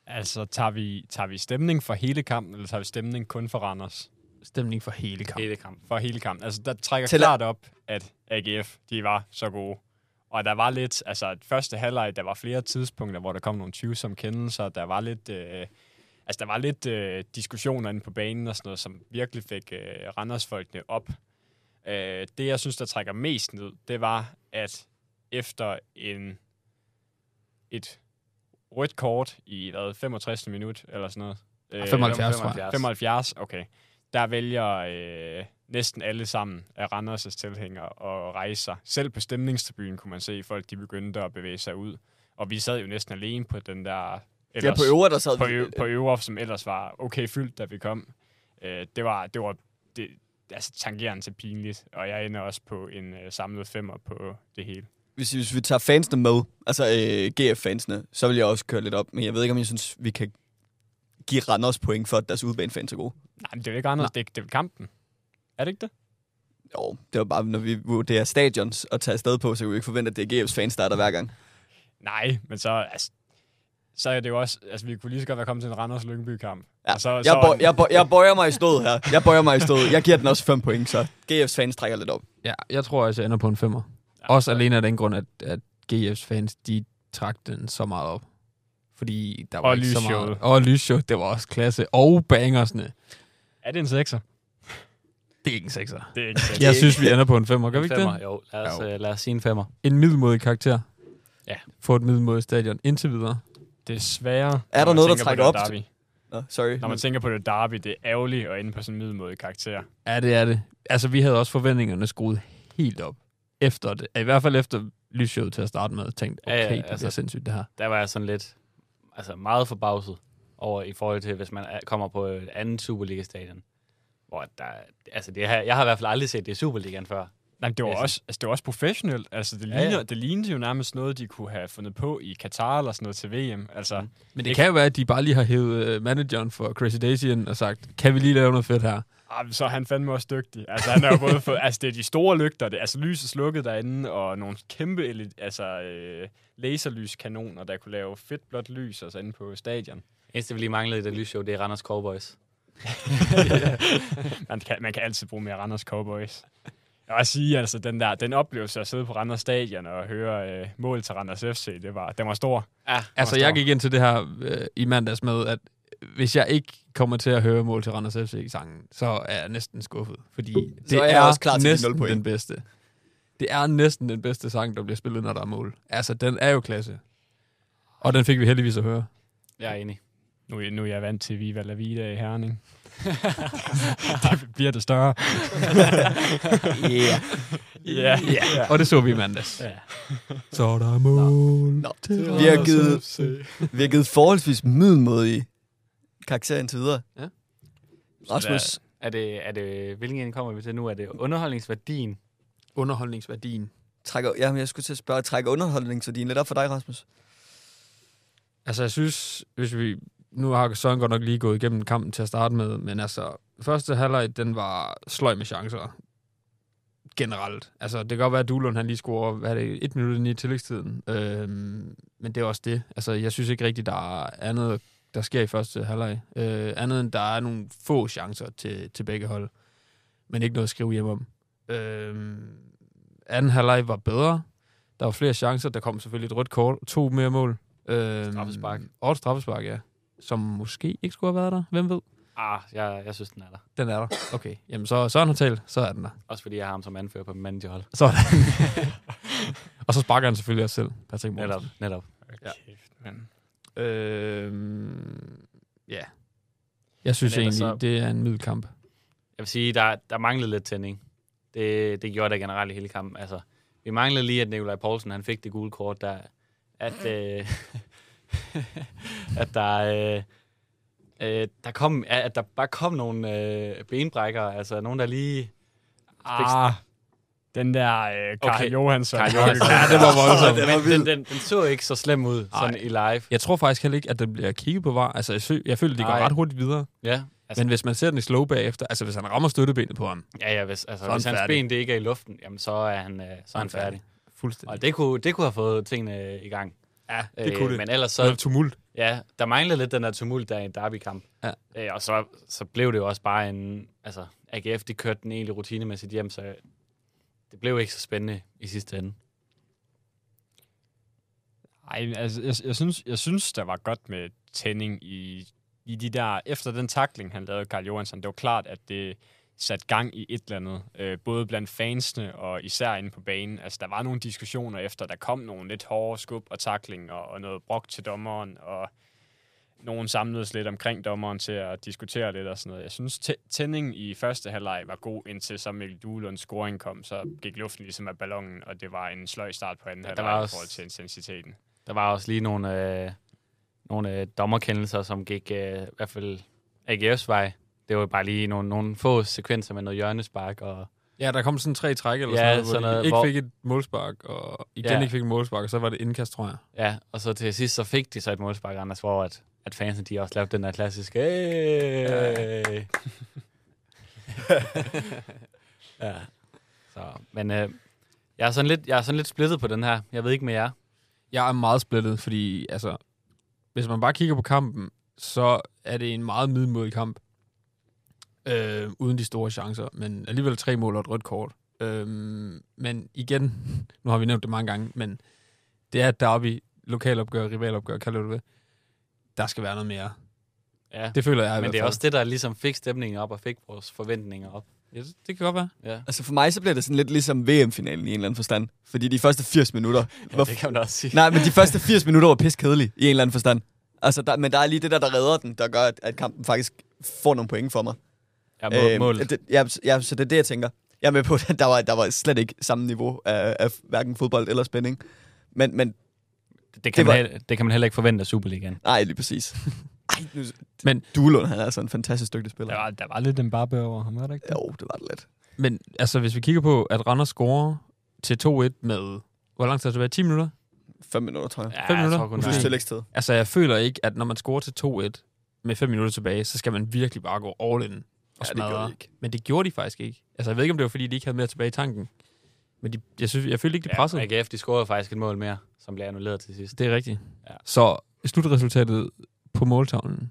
B: Altså, tager vi, tager vi stemning for hele kampen, eller tager vi stemning kun for Randers?
A: Stemning for hele kampen.
D: Hele kampen.
B: For hele kampen. Altså, der trækker
C: Tæller-
B: Tæller. klart op, at AGF, de var så gode. Og der var lidt, altså at første halvleg, der var flere tidspunkter, hvor der kom nogle tvivlsomme kendelser. Der var lidt, øh, altså der var lidt øh, diskussioner inde på banen og sådan noget, som virkelig fik øh, Randersfolkene op. Øh, det, jeg synes, der trækker mest ned, det var, at efter en, et rødt kort i hvad, 65. minut, eller sådan noget. Øh,
A: 75, tror jeg.
B: 75, okay. Der vælger øh, næsten alle sammen af Randers' tilhængere at rejse sig. Selv på stemningstribunen kunne man se, at folk de begyndte at bevæge sig ud. Og vi sad jo næsten alene på den der...
C: Ja, på øvrigt, der sad
B: på,
C: vi-
B: ø- på øvrigt, som ellers var okay fyldt, da vi kom. Øh, det var, det var det, altså, tangerende til pinligt, og jeg ender også på en øh, samlet femmer på det hele.
C: hvis, hvis vi tager fansene med, altså øh, GF-fansene, så vil jeg også køre lidt op. Men jeg ved ikke, om jeg synes, vi kan give Randers point for, at deres udbanefans er gode.
B: Nej, men det er jo ikke andet. Det, er- det er kampen. Er det ikke det?
C: Jo, det var bare, når vi vurderer stadions og tager afsted på, så kan vi ikke forvente, at det er GF's fans, der er der hver gang.
B: Nej, men så... Altså, så er det jo også... Altså, vi kunne lige så godt være kommet til en Randers-Lyngby-kamp.
C: Ja.
B: Og så,
C: Jeg, bøj, jeg, bøj, jeg bøjer mig i stået her. Jeg bøjer mig i stået. Jeg giver den også 5 point, så GF's fans trækker lidt op.
A: Ja, jeg tror altså, jeg ender på en femmer. Ja, også alene af den grund, at, at GF's fans, de trak den så meget op. Fordi der var
B: Og
A: ikke så meget...
B: lysshowet.
A: Og lysshowet. det var også klasse. Og bangersne.
B: Er det en sekser?
A: Det er ikke en sekser.
B: Det er ikke en sekser.
A: Jeg synes, vi ender på en femmer. Gør vi
D: En
A: ikke
D: femmer,
A: det?
D: jo. Lad os,
A: Jo.
D: øh, lad os sige en femmer.
A: En middelmodig karakter.
D: Ja.
A: Få et middelmodigt stadion indtil videre.
B: Desværre.
C: der
B: når man
C: noget, der
B: tænker på
C: trækker
B: det
C: op til-
B: derby.
C: Nå, sorry.
B: Når man tænker på det derby, det er ærgerligt at ende på sådan en middelmåde karakter.
A: Ja, det er det. Altså, vi havde også forventningerne skruet helt op. Efter det. I hvert fald efter lysshowet til at starte med. Tænkte,
D: Ja,
A: okay,
D: ja,
A: ja, altså, det er
D: altså-
A: sindssygt, det her.
D: Der var jeg sådan lidt, altså meget forbavset over i forhold til, hvis man er- kommer på et andet Superliga-stadion. Hvor der, altså det her, jeg har i hvert fald aldrig set det i Superligaen før.
B: Nej, det var,
D: Altså-
B: også, altså, det var også professionelt. Altså, det,
D: Ja, ja.
B: ligner, ja, ja. det lignede jo nærmest noget, de kunne have fundet på i Katar eller sådan noget til VM. Altså, mm.
A: Men det kan jo være, at de bare lige har hævet øh, manageren for Crazy Daisy ind og sagt, kan vi lige lave noget fedt her?
B: ah, så er han fandme også dygtig. Altså, han er jo både fået, altså, det er de store lygter, det, altså lys er slukket derinde, og nogle kæmpe ele- altså, øh, laserlyskanoner, der kunne lave fedt blåt lys altså, inde på stadion.
D: Eneste, vi lige manglede i det lysshow, det er Randers Cowboys.
B: man, kan, man kan altid bruge mere Randers Cowboys. Jeg vil også sige, altså, den, der, den oplevelse at sidde på Randers Stadion og høre øh, mål til Randers FC, det var, den var stor.
D: Ja,
A: Altså,
B: står-
A: jeg gik ind til det her øh, i mandags med, at hvis jeg ikke kommer til at høre mål til Randers FC i sangen, så er jeg næsten skuffet. Fordi det
C: er jeg også klar til de
A: næsten
C: nul point.
A: den bedste. Det er næsten den bedste sang, der bliver spillet, når der er mål. Altså, den er jo klasse. Og den fik vi heldigvis at høre.
D: jeg er enig.
B: Nu, er- nu er jeg vant til Viva La Vida i Herning. det bliver det større.
D: Yeah.
B: Ja. Yeah.
A: Ja. Og det så vi i mandags.
D: Ja.
A: Så er der mål.
C: Nå,
A: til
C: vi har
A: Randers
C: givet-
A: FC.
C: Vi har givet forholdsvis middelmodige karakterer indtil videre.
A: Ja.
C: Rasmus,
D: Er det, er det, hvilken en kommer vi til nu? Er det underholdningsværdien?
A: Underholdningsværdien.
C: trækker, jamen, jeg skulle til at spørge, trækker underholdning til din lidt op for dig, Rasmus?
A: Altså, jeg synes, hvis vi... Nu har Søren godt nok lige gået igennem kampen til at starte med, men altså, første halvleg, den var sløj med chancer. Generelt. Altså, det kan godt være, at Duelund, han lige scorer, hvad er det, et minut ind i tillægstiden. Øhm, men det er også det. Altså, jeg synes ikke rigtigt, der er andet, der sker i første halvleg. Øh, andet end, der er nogle få chancer til, til begge hold. Men ikke noget at skrive hjem om. Øhm, anden halvleg var bedre. Der var flere chancer. Der kom selvfølgelig et rødt kort. To mere mål. Øhm,
D: Straffespark.
A: Og et straffespark, ja. Som måske ikke skulle have været der. Hvem ved?
D: Ah, jeg, jeg synes, den er der.
A: Den er der. Okay. Jamen, så Søren har talt. Så er den der.
D: Også fordi jeg har ham som anfører på managerhold.
A: Sådan. og så sparker han selvfølgelig også selv, Patrick
D: Netop,
A: Mortensen.
D: netop.
A: Ja.
B: Kæft, mand.
A: Øhm, ja. Jeg synes
B: Men
A: egentlig,
B: ellers
A: så... det er en middelkamp.
D: Jeg vil sige, der, der manglede lidt tænding. Det, det gjorde der generelt i hele kampen. Altså, vi manglede lige, at Nikolaj Poulsen han fik det gule kort, der, at, øh, [LAUGHS] at der, øh, øh, der kom, at at der bare kom nogle øh, benbrækker, altså nogen, der lige...
B: Ah, den der øh, Karl
D: Okay.
B: okay. Johansson.
D: Karl
B: [LAUGHS]
D: Johansson. Ja,
A: det var voldsomt.
C: den var
D: [LAUGHS] Men den, den, den så ikke så slem ud sådan i live.
A: Jeg tror faktisk heller ikke, at den bliver kigget på var. Altså, jeg, sø- jeg føler, at de går
D: Nej.
A: ret hurtigt videre.
D: Ja,
A: Altså, men hvis man ser den i slow bagefter, altså hvis han rammer støttebenet på ham,
D: Ja, ja, hvis, altså,
A: Så er
D: hvis
A: han
D: hans
A: færdig.
D: ben det ikke er i luften, jamen, så er han, øh, så er han færdig.
A: fuldstændig.
D: Og det kunne, det kunne have fået tingene øh, i gang.
A: ja, det kunne det.
D: øh, Men ellers
A: Så er
D: så,
A: det tumult.
D: ja, der manglede lidt den der tumult der i en derbykamp.
A: Ja.
D: Øh, og så, så blev det jo også bare en, altså AGF, de kørte den egentlig rutinemæssigt hjem, så det blev ikke så spændende i sidste ende.
B: Ej, altså, jeg, jeg, synes, jeg synes, der var godt med tænding i, i de der... Efter den takling, han lavede Karl Johansson, det var klart, at det satte gang i et eller andet. Øh, både blandt fansene og især inde på banen. Altså, der var nogle diskussioner efter, der kom nogle lidt hårde skub og takling og, og noget brok til dommeren, og nogen samledes lidt omkring dommeren til at diskutere lidt og sådan noget. Jeg synes, tæ- tændingen i første halvleg var god, indtil så Mikkel Duelunds scoring kom, så gik luften ligesom af ballonen, og det var en sløj start på anden
D: Ja, der
B: halvleg
D: var
B: i
D: også-
B: forhold til intensiteten.
D: Der var også lige nogle, øh, nogle øh, dommerkendelser, som gik øh, i hvert fald AGF's vej. Det var bare lige nogle, nogle få sekvenser med noget hjørnespark og
A: Ja, der kom sådan tre træk eller
D: Ja,
A: sådan noget, hvor
D: sådan
A: de
D: noget,
A: ikke
D: hvor-
A: fik et målspark, og igen
D: Ja.
A: ikke fik et målspark, og så var det indkast, tror jeg.
D: Ja, og så til sidst, så fik de så et målspark, Anders, hvor at, at fansen, de også lavede den der klassiske... "Hey!" ja. Så, men øh, jeg, er sådan lidt, jeg er sådan lidt splittet på den her. Jeg ved ikke med jer.
A: Jeg er meget splittet, fordi altså, hvis man bare kigger på kampen, så er det en meget middelmodig kamp. Øh, uden de store chancer, men alligevel tre mål og et rødt kort. Øh, men igen, [LAUGHS] nu har vi nævnt det mange gange, men det er et derby, lokalopgør, rivalopgør, kalder du det. Der skal være noget mere.
D: Ja. Det,
A: Det føler jeg i
D: men
A: hvert
D: det er
A: fald.
D: også det, der ligesom fik stemningen op og fik vores forventninger op.
A: Ja, det- det kan godt være.
D: Ja,
C: Altså for mig, så bliver det sådan lidt ligesom VM-finalen i en eller anden forstand. Fordi de første 80 minutter...
D: ja det kan man også sige.
C: Nej, men de første 80 minutter var pisse kedelige i en eller anden forstand. Altså, der, men der er lige det der, der redder den, der gør, at, at kampen faktisk får nogle point for mig. Øhm,
D: Ja, må, øh, målet.
C: det, ja, så- ja, så det er det, jeg tænker. Jeg er med på, [LAUGHS] at der var, der var slet ikke samme niveau af, af hverken fodbold eller spænding. Men, men
D: Det, det, kan
C: det
D: man,
C: var-
D: heller- det kan man heller ikke forvente af Superligaen.
C: nej, lige
D: [LAUGHS]
C: præcis. Ej, nu,
A: Men-
C: men Duelund, han er altså en fantastisk dygtig spiller.
B: Der var, der var lidt en barbe over ham, var der ikke det?
C: Jo, det var det lidt.
A: Men altså, hvis vi kigger på, at Randers scorer til 2-1 med... Hvor lang tid er det tilbage? 10 minutter?
C: 5 minutter, tror jeg.
D: Ja,
A: Fem
D: jeg
A: minutter?
D: tror kun,
A: Plus
D: der
C: Plus
A: Nej.
D: er-
C: tillægstid.
A: Altså, jeg føler ikke, at når man scorer til 2-1 med 5 minutter tilbage, så skal man virkelig bare gå all in og
C: Ja, det
A: smadre.
C: gjorde de ikke.
A: Men det gjorde de faktisk ikke. Altså, jeg ved ikke, om det var, fordi de ikke havde mere tilbage i tanken. Men de, jeg, synes, jeg følte ikke, de pressede.
D: Ja, AGF, de scorede faktisk et mål mere, som blev annulleret til sidst.
A: Det er rigtigt.
D: Ja.
A: Så slutresultatet på måltavlen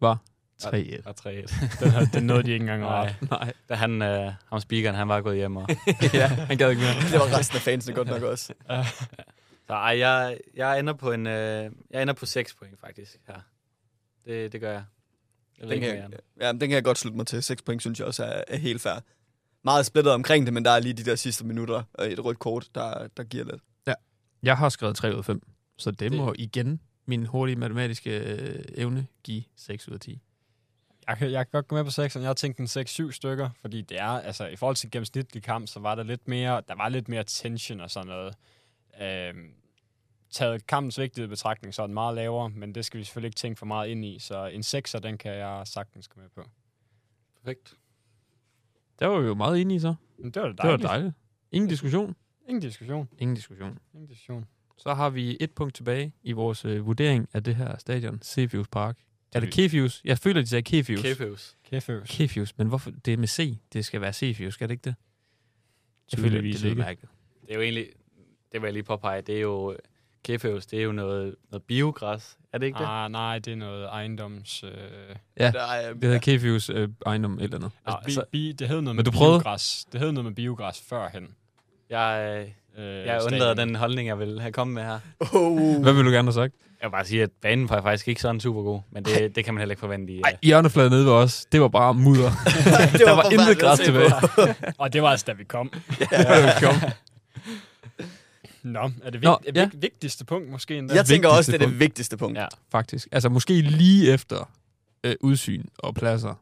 A: var 3-1.
D: Og 3-1.
B: Den, havde- den nåede de ikke engang over.
D: Nej. Nej. Da han, øh, ham speakeren, han var gået hjem. [LAUGHS] Og...
A: ja, han gad ikke mere.
C: Det var resten af fansene godt nok også.
D: Så ej, jeg, jeg ender på en, øh, jeg ender på 6 point faktisk her. Det, det gør jeg. jeg ved
C: Den
D: ikke
C: kan,
D: mere.
C: jeg, ja, men den kan jeg godt slutte mig til. 6 point synes jeg også er, er helt fair. Meget splittet omkring det, men der er lige de der sidste minutter og et rødt kort, der, der giver lidt.
A: Jeg har skrevet 3 ud af 5, så det,
D: Det-
A: må igen min hurtige matematiske øh, evne give 6 ud af 10.
B: Jeg, kan- jeg kan godt gå med på 6, jeg har tænkt en 6-7 stykker, fordi det er, altså i forhold til gennemsnitlig kamp, så var der lidt mere, der var lidt mere tension og sådan noget. Øhm, taget kampens vigtighed i betragtning, så er den meget lavere, men det skal vi selvfølgelig ikke tænke for meget ind i, så en 6'er, den kan jeg sagtens gå med på.
D: Perfekt.
A: Der var vi jo meget enige så.
B: Men det var da
A: Det var
B: dejligt.
A: dejligt. Ingen diskussion.
B: Ingen diskussion.
A: Ingen diskussion.
B: Ingen diskussion.
A: Så har vi et punkt tilbage i vores øh, vurdering af det her stadion, Cefius Park. Er det
B: vi-
A: Kefius? Jeg føler, de sagde Kefius.
D: Kæfeus.
B: Kæføs.
A: Kefius, men hvorfor? Det er med C. Det skal være Cefius, skal det ikke det? Jeg føler, det
B: Tydeligvis
A: lyder
B: ikke.
A: mærkeligt.
D: Det er jo egentlig, det vil jeg lige påpege, det er jo, Kæfeus, det er jo noget, noget biogræs. Er det ikke det?
B: Ah, nej, det er noget ejendoms... Øh,
A: Ja,
C: Der er,
A: det hedder Kefius øh, ejendom et eller andet.
B: altså, bi,
D: så-
B: bi, det hed noget
A: Men
B: med
A: du prøvede?
B: biogræs. Det hed noget med biogræs førhen.
D: Jeg, øh,
B: Øh,
D: jeg undlader den holdning, jeg ville have kommet med her.
C: [LAUGHS] oh.
A: Hvad vil du gerne have sagt?
D: Jeg vil bare sige, at banen var faktisk ikke sådan super god, men det, det kan man heller ikke forvente i. øh,
A: Ej, hjørnefladen nede ved os, det var bare mudder. [LAUGHS]
C: det
A: Der var
C: forfærdeligt
A: intet
C: at
A: græs
C: se
A: tilbage.
C: på.
B: [LAUGHS] Og det var altså, da vi
D: [LAUGHS]
B: kom.
A: Kom.
B: [LAUGHS] Nå, er det vigt,
A: Nå,
B: Nå,
A: ja.
B: ja. vig, vigtigste punkt måske endda?
C: Jeg tænker også, det er det
A: punkt.
C: vigtigste punkt.
D: Ja.
C: Ja.
A: Faktisk. Altså måske lige efter øh, udsyn og pladser.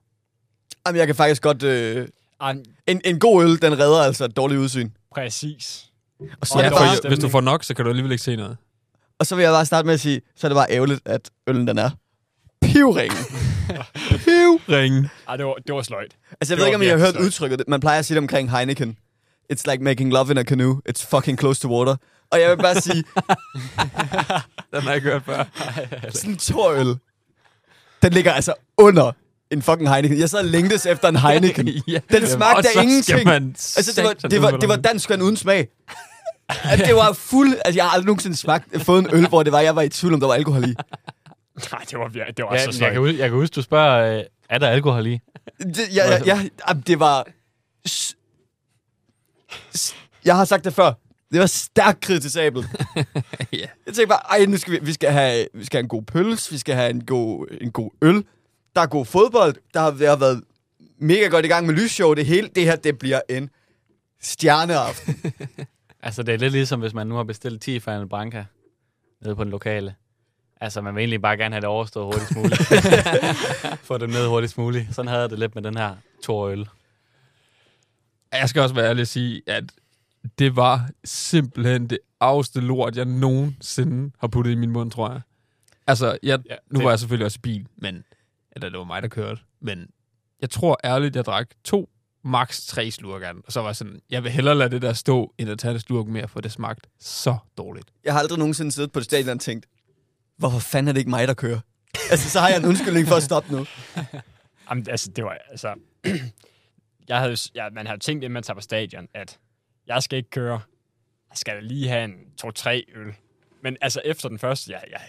C: Jamen, jeg kan faktisk godt... Øh,
B: Ah,
C: en, en god øl, den redder altså et dårligt udsyn.
B: præcis.
C: Og så,
B: Og
A: Ja,
C: er det
B: der
A: for,
B: var
C: bare,
B: stemning.
A: hvis du får nok, så kan du alligevel ikke se noget.
C: og så vil jeg bare starte med at sige, så er det bare ærgerligt, at øllen den er pivringen.
A: Ringen.
B: Ah, det var, det var sløjt. [LAUGHS]
C: Altså, jeg
B: Det
C: ved
B: var
C: ikke, om I har
B: virkelig
C: hørt
B: sløjt.
C: udtrykket. Man plejer at sige det omkring Heineken. It's like making love in a canoe. It's fucking close to water. Og jeg vil bare sige,
A: Den har jeg ikke hørt før.
C: sådan en tår øl, den ligger altså under en fucking Heineken. Jeg sad og længtes efter en Heineken.
A: [LAUGHS] ja.
C: Den smagte
A: Og så
C: af
A: skal
C: ingenting.
A: man
C: Altså, det var,
A: satan
C: det var,
A: ud,
C: det var
A: hvordan-
C: dansk vand uden smag. Altså, det var fuld... Altså, jeg har aldrig nogensinde smagt, fået en øl, hvor det var, jeg var i tvivl, om der var alkohol i.
B: Nej, det var, vir- det var
D: Ja,
B: så
D: men jeg,
B: sløjt.
D: kan, hu- jeg kan huske, du spørger, øh, er der alkohol i?
C: Det, ja, ja, ja, jamen, det var... s- s- Jeg har sagt det før. Det var stærkt kritisabelt.
A: Ja.
C: Jeg tænkte bare, ej, nu skal vi, vi, skal have, vi skal have en god pølse, vi skal have en god, en god øl. Der er god fodbold. Der har, jeg har været mega godt i gang med lysshow. Det hele, det her, det bliver en stjerneaften.
D: Altså, det er lidt ligesom, hvis man nu har bestilt 10 Final Branca nede på den lokale. Altså, man vil egentlig bare gerne have det overstået
C: [LAUGHS]
D: hurtigst muligt. Få det ned hurtigst muligt. Sådan havde jeg det lidt med den her to øl.
A: Jeg skal også være ærlig og sige, at det var simpelthen det arveste lort, jeg nogensinde har puttet i min mund, tror jeg. Altså, jeg, ja,
B: Ja,
A: nu
B: det-
A: var jeg selvfølgelig også i bil, men, eller det var mig, der kørte, men jeg tror ærligt, jeg drak to, max tre slurker, af den, og så var jeg sådan, jeg vil hellere lade det der stå, end at tage det slurk mere, for det smagte så dårligt.
C: Jeg har aldrig nogensinde siddet på et stadion og tænkt, hvorfor fanden er det ikke mig, der kører? Altså, så har jeg en undskyldning for at stoppe nu.
B: Jamen, altså, det var, altså... [CLEARS THROAT] jeg havde, jo s- ja, man havde tænkt, inden man tager på stadion, at jeg skal ikke køre. Jeg skal da lige have en 2-3 øl. Men altså, efter den første, jeg, jeg,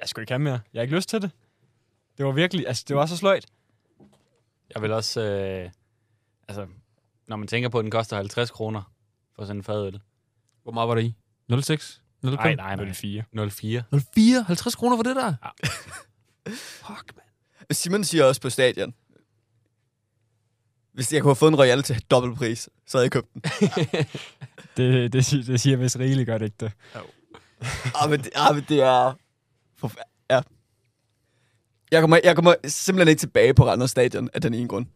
B: jeg skulle ikke have mere. Jeg har ikke lyst til det. Det var virkelig, altså, det var så sløjt.
D: Jeg vil også... Øh, altså, når man tænker på, at den koster 50 kroner for sådan en fadøl.
A: Hvor meget var det i? 06? 05?
D: Nej, nej, nej.
B: 04.
D: 04.
A: 04? 50 kroner for det der? Ja. Fuck, man.
C: Simon siger også på stadion, hvis jeg kunne have fået en royal til dobbelt pris, så havde jeg købt den.
B: Det, det, si- det siger vist rigeligt godt, ikke det?
C: Ah, men det, ah, men det er... For, fa- ja. Jeg kommer, jeg kommer simpelthen ikke tilbage på Randers Stadion af den ene grund.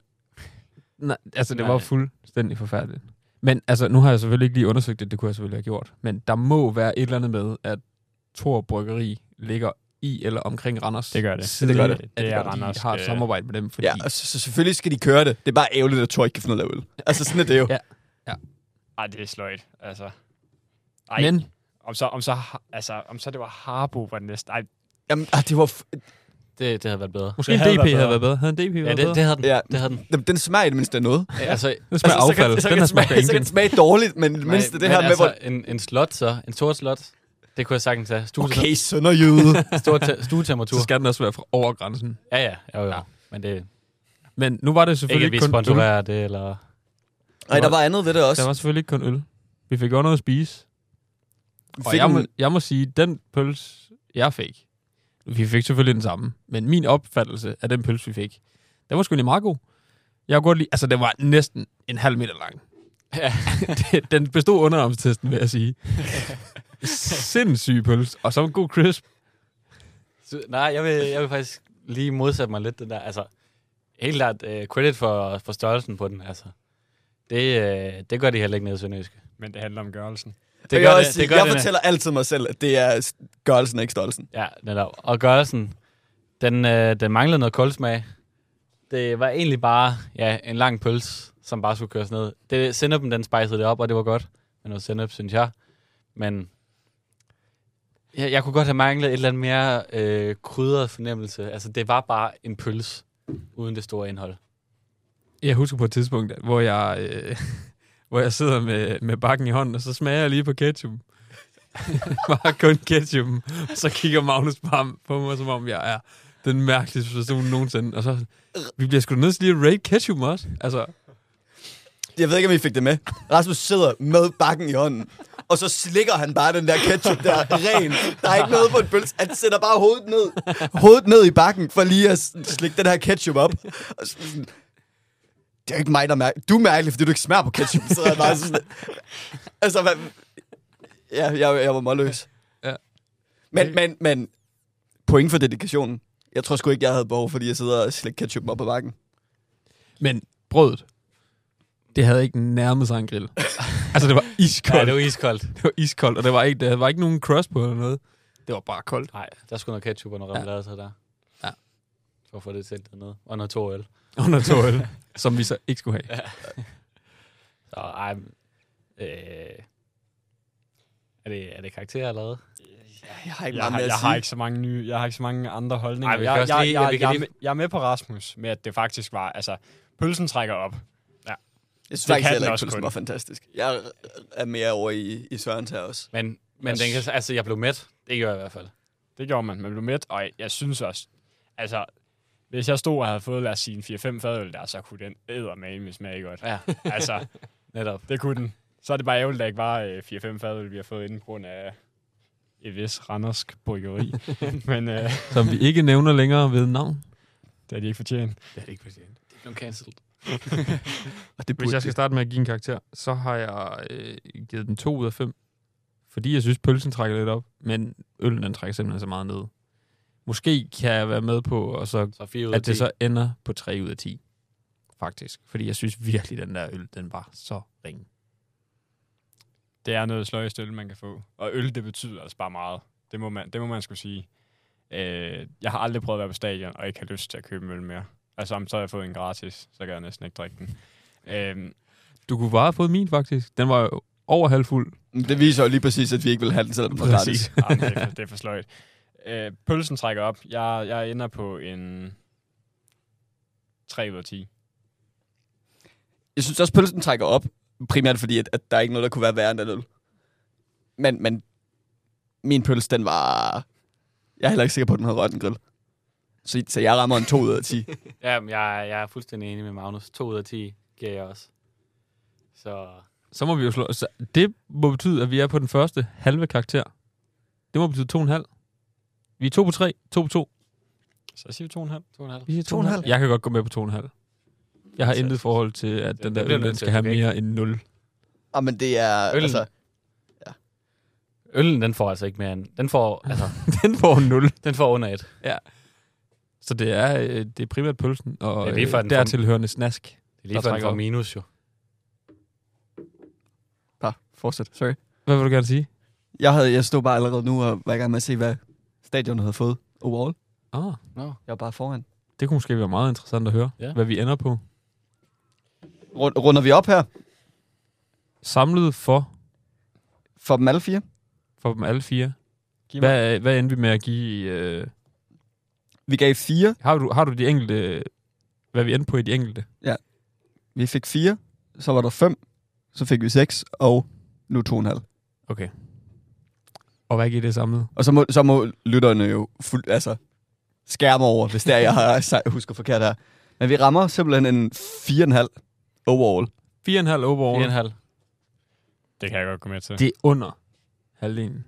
A: Nej, altså det
D: Nej.
A: var fuldstændig forfærdeligt. Men altså, nu har jeg selvfølgelig ikke lige undersøgt det, det kunne jeg selvfølgelig have gjort. Men der må være et eller andet med, at Thor Bryggeri ligger i eller omkring Randers.
B: Det gør det.
A: siden
C: Det gør det.
A: at-
B: Det er
A: at
B: Randers,
A: De har et
B: øh,
A: samarbejde med dem, fordi...
C: Ja, og så, så selvfølgelig skal de køre det. Det er bare ærgerligt, at Tor ikke kan finde noget af øl. Altså, sådan er det jo.
A: Ja.
B: Ej, det er sløjt, altså. Ej,
A: Men
B: om så, om så, har- altså, om så det var Harbo var den næste. Ej,
C: Jamen, ah, det var... F-
D: Det, det havde været bedre.
A: måske
B: Det
A: en
B: havde
A: DP
B: været
A: havde
B: bedre.
A: været bedre. Havde en DP
D: Ja,
A: været
D: det,
A: bedre?
D: det havde den.
C: Ja.
D: Ja. Det havde den.
C: den, den smager i det mindste af noget.
D: Altså,
A: Det smager
C: så kan-
A: affald.
C: så kan
A: Den
C: det
A: her
C: smage-
A: smagte
C: Så kan
A: ingenting.
C: det smage dårligt, men i det mindste det
D: men
C: her med,
D: altså,
C: hvor...
D: med... En, en slot så, en stor slot, det kunne jeg sagtens have. Stue,
C: Okay, sønderjyde.
D: Stor te- stuetemperatur.
A: Så skal den også være fra over grænsen.
D: Ja, ja, jo, jo. Ja. Men det
A: Men nu var det
D: ikke,
A: selvfølgelig
D: at vi
A: ikke kun øl.
D: sponsorerer det, eller...
C: Nej, der var andet ved det også.
A: Der var selvfølgelig ikke kun øl. Vi fik også noget at spise. Og
C: Fik
A: jeg må,
C: en-
A: jeg må sige, den pølse, jeg fik, vi fik selvfølgelig den samme, men min opfattelse af den pølse, vi fik, den var sgu egentlig meget god. Jeg kunne godt lide, altså den var næsten en halv meter lang.
D: Ja.
A: [LAUGHS] Det- den bestod underarmstesten, vil jeg
C: [LAUGHS]
A: sige. Sindssyg pølse, og så en god crisp.
D: Så- Nej, jeg vil, jeg vil faktisk lige modsætte mig lidt den der. Altså, helt klart uh, credit for, for størrelsen på den, altså. Det, øh, det gør de heller ikke nede i Sønderjyske.
B: men det handler om gørelsen.
D: Det
C: jeg, vil
D: gør det,
C: også sige,
D: det gør
C: jeg
D: det,
C: fortæller altid mig selv, at det er s- gørelsen og ikke stoltelsen.
D: Ja, netop. Og gørelsen, den, øh, den manglede noget koldsmag. Det var egentlig bare ja, en lang pøls, som bare skulle køres ned. Det, sennepen, den spejsede det op, og det var godt med noget sennep, synes jeg. Men jeg, jeg kunne godt have manglet et eller andet mere øh, krydret fornemmelse. Altså, det var bare en pøls uden det store indhold.
A: Jeg husker på et tidspunkt, hvor jeg, øh, [LAUGHS] hvor jeg sidder med, med bakken i hånden, og så smager jeg lige på ketchup. [LAUGHS] bare kun ketchup. Og så kigger Magnus bare på mig, som om jeg er den mærkeligste person nogensinde. Og så, vi bliver sgu da nødt til lige at rate ketchup også. Altså,
C: Jeg ved ikke, om I fik det med. Rasmus sidder med bakken i hånden, og så slikker han bare den der ketchup der ren. Der er ikke noget på en pølse. Han sætter bare hovedet ned, hovedet ned i bakken for lige at s- slikke den her ketchup op. Og så sådan, det er jo ikke mig, der mærker. Du er mærkelig, fordi du ikke smager på ketchup. Så er jeg bare sådan, altså, hvad? Ja, jeg, jeg var målløs.
A: Ja.
C: Men, men, men, point for dedikationen. Jeg tror sgu ikke, jeg havde behov, fordi jeg sidder og slikker ketchup op på bakken.
A: men brødet, det havde ikke nærmet sig en grill. [LAUGHS] altså, det var
D: Ja,
A: iskoldt.
D: det var iskoldt.
A: det var iskoldt, og der var ikke, der var ikke nogen cross på eller noget. Det var bare koldt.
D: Nej, der skulle noget ketchup og noget remoulade ja. så der.
A: Ja.
D: For at få det til dernede. Og noget to øl.
A: Under [LAUGHS] tål, som vi så ikke skulle have.
D: Så ej, men, øh, er, det, er det karakter allerede?
C: Jeg har ikke
B: Jeg, har,
C: meget mere
B: jeg,
C: at
B: har
C: sige.
B: ikke så mange nye, jeg har ikke så mange andre holdninger.
D: Ej, vi kan
B: jeg,
D: også
B: jeg,
D: lige-
B: jeg,
D: vi kan
B: jeg, er
D: lige-
B: med- jeg er med på Rasmus med, at det faktisk var... Altså, pølsen trækker op.
C: Jeg synes
B: Det
C: faktisk
B: kan
C: heller
B: den
C: ikke,
B: også
C: pølsen
B: kun.
C: var fantastisk. Jeg er mere over i, i Sørens her også.
D: Men, men den kan, altså, jeg blev mæt. Det gjorde jeg i hvert fald.
B: Det gjorde man. Man blev mæt, og jeg, jeg synes også... Altså, hvis jeg stod og havde fået, lad os sige, en 4-5 fadøl der, så kunne den eddermame smage godt.
D: [LAUGHS] Ja,
B: altså,
D: netop.
B: det kunne den. Så er det bare ærgerligt, at der ikke var øh, 4-5 fadøl, vi har fået inden på grund af et vis Randersk
C: [LAUGHS]
B: bryggeri. Men øh,
A: Som vi ikke nævner længere ved navn.
B: det har de ikke fortjent.
D: Det er det ikke fortjent. Det blev cancelled.
C: Og det
A: Hvis
C: burde
A: jeg skal starte med at give en karakter, så har jeg øh, givet den 2 ud af 5. Fordi jeg synes, pølsen trækker lidt op, men øllen den trækker simpelthen så meget ned. Måske kan jeg være med på, og så,
D: Så 4 ud af
A: at
D: 10.
A: det så ender på 3 ud af 10. Faktisk. Fordi jeg synes virkelig, den der øl, den var så ringe.
B: Det er noget sløjest øl, man kan få. Og øl, det betyder altså bare meget. Det må man, det må man skulle sige. Øh, jeg har aldrig prøvet at være på stadion, og ikke har lyst til at købe en øl mere. Altså, om så har jeg fået en gratis, så kan jeg næsten ikke drikke den. Øh,
A: Du kunne bare have fået min, faktisk. Den var jo over halvfuld.
C: Men Det viser jo lige præcis, at vi ikke vil have den, selvom den var gratis.
A: Præcis.
B: Jamen, ah, det, er for, det er for sløjt. Øh, pølsen trækker op. Jeg, jeg ender på en 3 ud af 10.
C: Jeg synes også, pølsen trækker op, primært fordi, at, at der er ikke noget, der kunne være værre end den øl. Men, men min pølse, den var... Jeg er heller ikke sikker på, at den havde rørt en grill. Så, så jeg rammer en 2 ud af [LAUGHS] 10.
D: Jamen, jeg, jeg er fuldstændig enig med Magnus. 2 ud af 10 giver jeg også. Så
A: Så må vi jo slå... Så det må betyde, at vi er på den første halve karakter. Det må betyde 2,5. Vi er 2 på 3, 2 på 2.
B: Så jeg siger 2,5.
D: 2,5.
A: Vi siger
C: To og en halv.
A: Jeg kan godt gå med på 2,5. Jeg har
D: Så-
A: intet forhold til, at den
D: det
A: der
D: bliver
A: øl, den
D: nødt
A: skal
D: til at
A: have
D: blive væk.
A: mere end 0.
C: Og, men det er...
D: Øllen.
C: Altså,
D: Øllen, den får altså ikke mere end... Den [LAUGHS] får, altså,
A: den får 0.
D: den får under et.
A: Så det er, øh, det er primært pølsen og
D: Det er
A: det
D: lige før,
A: er
D: den får-
A: dertilhørende snask.
D: Det er lige
A: Der
D: før den
A: trækker
D: får
A: op.
D: minus, jo.
C: bare fortsæt. Sorry.
A: Hvad vil du gerne sige?
C: Jeg, havde, jeg stod bare allerede nu og var i gang med at se, hvad stadionet havde fået overall.
A: Ah,
D: No.
C: Jeg var bare foran.
A: det kunne måske være meget interessant at høre,
D: Ja.
A: ja. hvad vi ender på.
C: Rund, runder vi op her
A: Samlet for,
C: for dem alle fire?
A: for dem alle fire.
B: Giv mig.
A: Hvad, øh, hvad endte vi med at give? Øh,
C: Vi gav fire.
A: har, du, har du de enkelte, hvad vi endte på i de enkelte?
C: Vi fik fire. Så var der fem. Så fik vi seks. Og nu to og en halv.
A: Okay. Og hvad giver det samlet?
C: Og så må, så må lytterne jo fuld, altså, skærme over, hvis der jeg har [LAUGHS] sej- husker forkert her. Men vi rammer simpelthen en 4,5 overall.
A: 4,5 overall.
D: 4,5.
B: Det kan jeg godt gå med til.
A: Det er under halvdelen.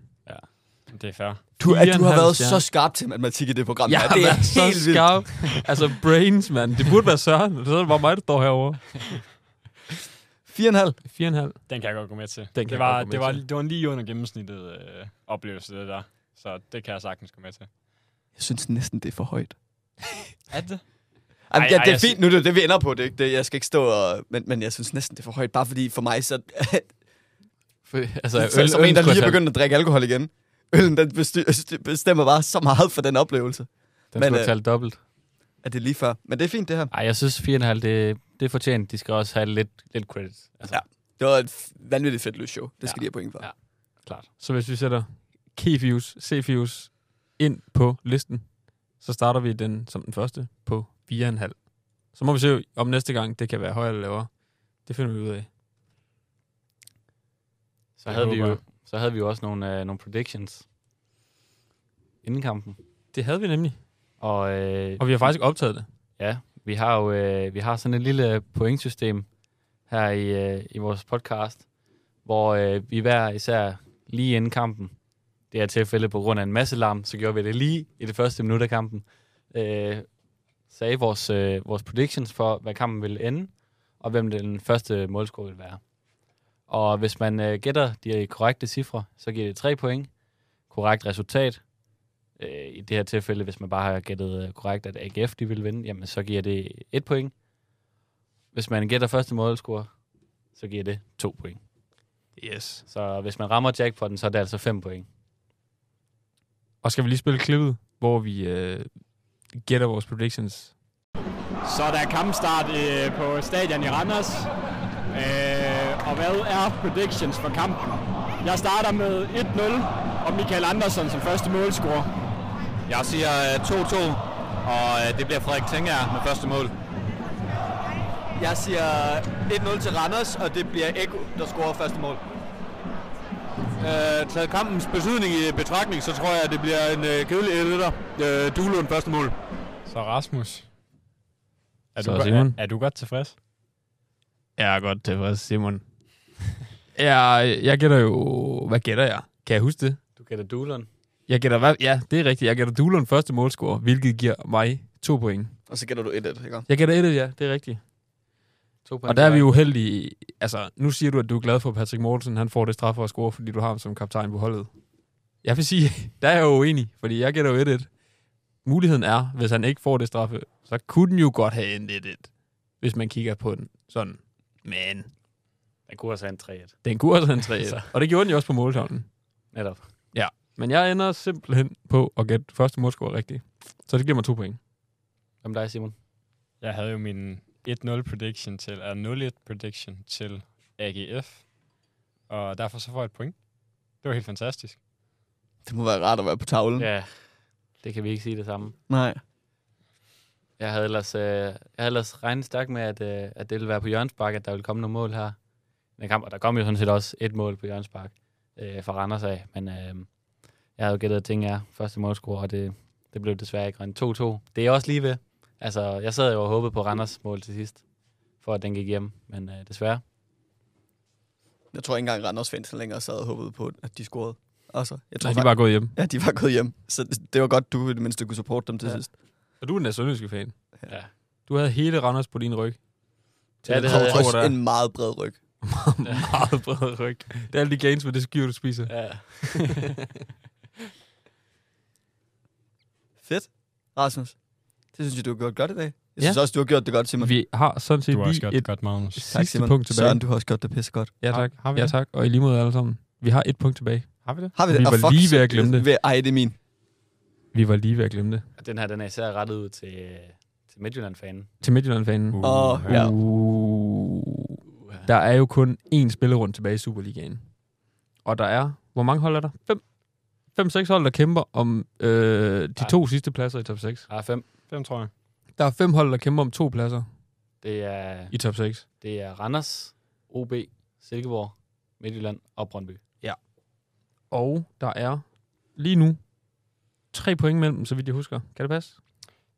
B: Det er fair.
C: Du, at du har
A: 4,5
C: været
A: stjerner.
C: så skarp til matematik i det program.
A: Jeg
C: her.
A: har
C: det
A: været så
C: vildt.
A: skarp. Altså, brains, mand. Det burde være Søren. Så er det bare mig, der står herovre.
C: 4,5.
A: 4,5.
B: Den kan jeg godt gå med til.
A: kan
B: det,
A: jeg
B: var,
A: godt gå med
B: det, var,
A: til.
B: det var lige under gennemsnittet øh, oplevelse, det der. Så det kan jeg sagtens gå med til.
C: Jeg synes næsten, det er for højt.
B: [LAUGHS] Er det?
C: Ej,
B: Ej,
C: ja,
B: ej,
C: det er
B: jeg
C: fint nu, det er det, vi ender på. Det, er ikke det, jeg skal ikke stå og... Men, men jeg synes næsten, det er for højt. Bare fordi for mig, så...
D: [LAUGHS] Altså,
C: så øl, som en, der lige er begyndt at drikke alkohol igen. Øllen, den besty- bestemmer bare så meget for den oplevelse,
D: Den
C: Men,
D: skulle
C: øh,
D: have talt dobbelt.
C: at det er lige før. Men det er fint, det her.
D: Ej, jeg synes 4,5, det, det er fortjent. De skal også have lidt, lidt credit. Altså,
C: Ja. Det var et f- vanvittigt fedt løs show. Det skal
D: Ja.
C: de have point for.
D: Ja. klart.
A: Så hvis vi sætter K-Fuse, C-Fuse ind på listen, så starter vi den som den første på 4,5. Så må vi se, om næste gang det kan være højere eller lavere. Det finder vi ud af.
D: Så
B: Jeg
D: havde, vi
B: håber.
D: jo, så havde vi jo også nogle, øh, nogle predictions inden kampen.
A: Det havde vi nemlig.
D: Og, øh,
A: Og vi har faktisk optaget det.
D: Ja, vi har jo øh, vi har sådan et lille pointsystem her i, øh, i vores podcast, hvor øh, vi hver især lige inden kampen, det er tilfælde på grund af en masse larm, så gjorde vi det lige i det første minut af kampen, øh, sagde vores, øh, vores predictions for, hvad kampen ville ende, og hvem den første målscore vil være. Og hvis man øh, gætter de korrekte cifre, så giver det 3 point. Korrekt resultat, øh, i det her tilfælde, hvis man bare har gættet øh, korrekt, at AGF de vil vinde, jamen så giver det et point. Hvis man gætter første målscore, så giver det to point.
A: Yes.
D: Så hvis man rammer jackpotten, så er det altså fem point.
A: Og skal vi lige spille klippet, hvor vi øh, gætter vores predictions.
B: Så der er kampstart øh, på stadion i Randers. Øh, og hvad er predictions for kampen? Jeg starter med 1-0
E: og Michael Andersen som første målscorer.
F: Jeg siger øh, 2-2, og øh, det bliver Frederik Tengager med første mål.
C: Jeg siger 1-0 til Randers, og det bliver Eko, der scorer første mål.
F: Øh, taget kampens betydning i betragtning, så tror jeg, at det bliver en øh, kedelig editor. Øh, Duelund første mål.
B: Så Rasmus. Er
A: Så
B: du, go-
A: Simon.
B: Er, er du godt tilfreds?
A: Jeg er godt tilfreds, [LAUGHS] Simon. jeg, jeg gætter jo... Hvad gætter jeg? Kan jeg huske det?
D: Du gætter Dulan.
A: Jeg gætter... Hvad? Ja, det er rigtigt. Jeg gætter Dulund første målscorer, hvilket giver mig to point.
C: Og så gætter du 1-1, ikke?
A: Jeg gætter et, ja. Det er rigtigt.
D: To point
A: Og der er
D: til
A: vi
D: dig.
A: jo heldige. Altså, nu siger du, at du er glad for at Patrick Mortensen. Han får det straf for at score, fordi du har ham som kaptajn på holdet. Jeg vil sige, [LAUGHS] der er jeg jo uenig, fordi jeg gætter jo 1-1. Muligheden er, hvis han ikke får det straffe, så kunne den jo godt have endt 1-1, hvis man kigger på den sådan. Men
D: Man kunne også have en 3
A: den kunne også have en 3-1, og det gjorde den jo også på måltavlen.
D: Netop.
A: Men jeg ender simpelthen på at gætte første målscore rigtigt. Så det giver mig to point.
D: Hvem dig, Simon?
B: Jeg havde jo min 1-0 prediction til, eller 0-1 prediction til AGF. Og derfor så får jeg et point. Det var helt fantastisk.
C: Det må være rart at være på tavlen.
D: Ja, det kan vi ikke sige det samme.
C: Nej.
D: Jeg havde ellers, øh, jeg havde ellers regnet stærkt med, at, øh, at det ville være på Jørgens Park, at der ville komme nogle mål her. i Den kamp, og der kom jo sådan set også et mål på Jørgens Park øh, fra Randers af, men øh, jeg havde jo gættet, at ting er første målscorer, og det, det blev desværre ikke rent 2-2. Det er også lige ved. Altså, jeg sad jo og håbede på Randers mål til sidst, for at den gik hjem, men øh, desværre.
C: Jeg tror ikke engang, Randers Svendsen længere sad og håbede på, at de scorede. Altså, jeg tror
A: Nej, de er bare gået hjem.
C: fakt- Ja, de var gået hjem. Så det- det var godt, du i det mindste kunne supporte dem til
A: Ja.
C: sidst.
A: Og du er den sønderjyske fan.
D: Ja.
A: Du havde hele Randers på din ryg.
D: Ja, det
C: Det
D: havde
C: havde
D: jeg.
C: også
A: Tror, der-
C: en meget bred ryg.
A: Meget bred ryg. Det er alle de gains med det skyr, du spiser.
D: Ja. [LAUGHS]
C: Fedt, Rasmus. Det synes jeg, du har gjort godt i dag.
A: Ja.
C: Jeg synes også, du har gjort det godt,
B: Mm.
C: Simon.
A: Vi har sådan set
B: Du har også
A: lige
B: gjort
A: et
B: det godt, Magnus.
A: sidste punkt tilbage.
C: Søren, du har også gjort det pisse godt.
A: Ja tak.
B: Har, har vi
A: ja
B: det?
A: tak. Og i lige måde alle sammen. Vi har et punkt tilbage.
B: Har vi det?
C: Har vi, det?
A: Vi
C: Ah,
A: var
C: fuck,
A: lige ved at
C: så-
A: glemme det.
C: ved- Ej, det er min.
A: Vi var lige ved at glemme det.
D: Den her, den er især rettet ud til, øh, til Midtjylland-fanen.
A: Til Midtjylland-fanen. Uh.
C: Åh, ja.
A: Uh. Der er jo kun én spillerund tilbage i Superligaen. Og der er... Hvor mange hold er der? Fem? Fem-seks hold, der kæmper om øh, de
B: Ej.
A: to sidste pladser i top 6.
D: Ah, 5.
B: Fem, tror jeg.
A: Der er fem hold, der kæmper om to pladser
D: Det er,
A: i top 6.
D: det er Randers, OB, Silkeborg, Midtjylland og Brøndby.
A: Og der er lige nu tre point mellem, så vidt jeg husker. Kan det passe?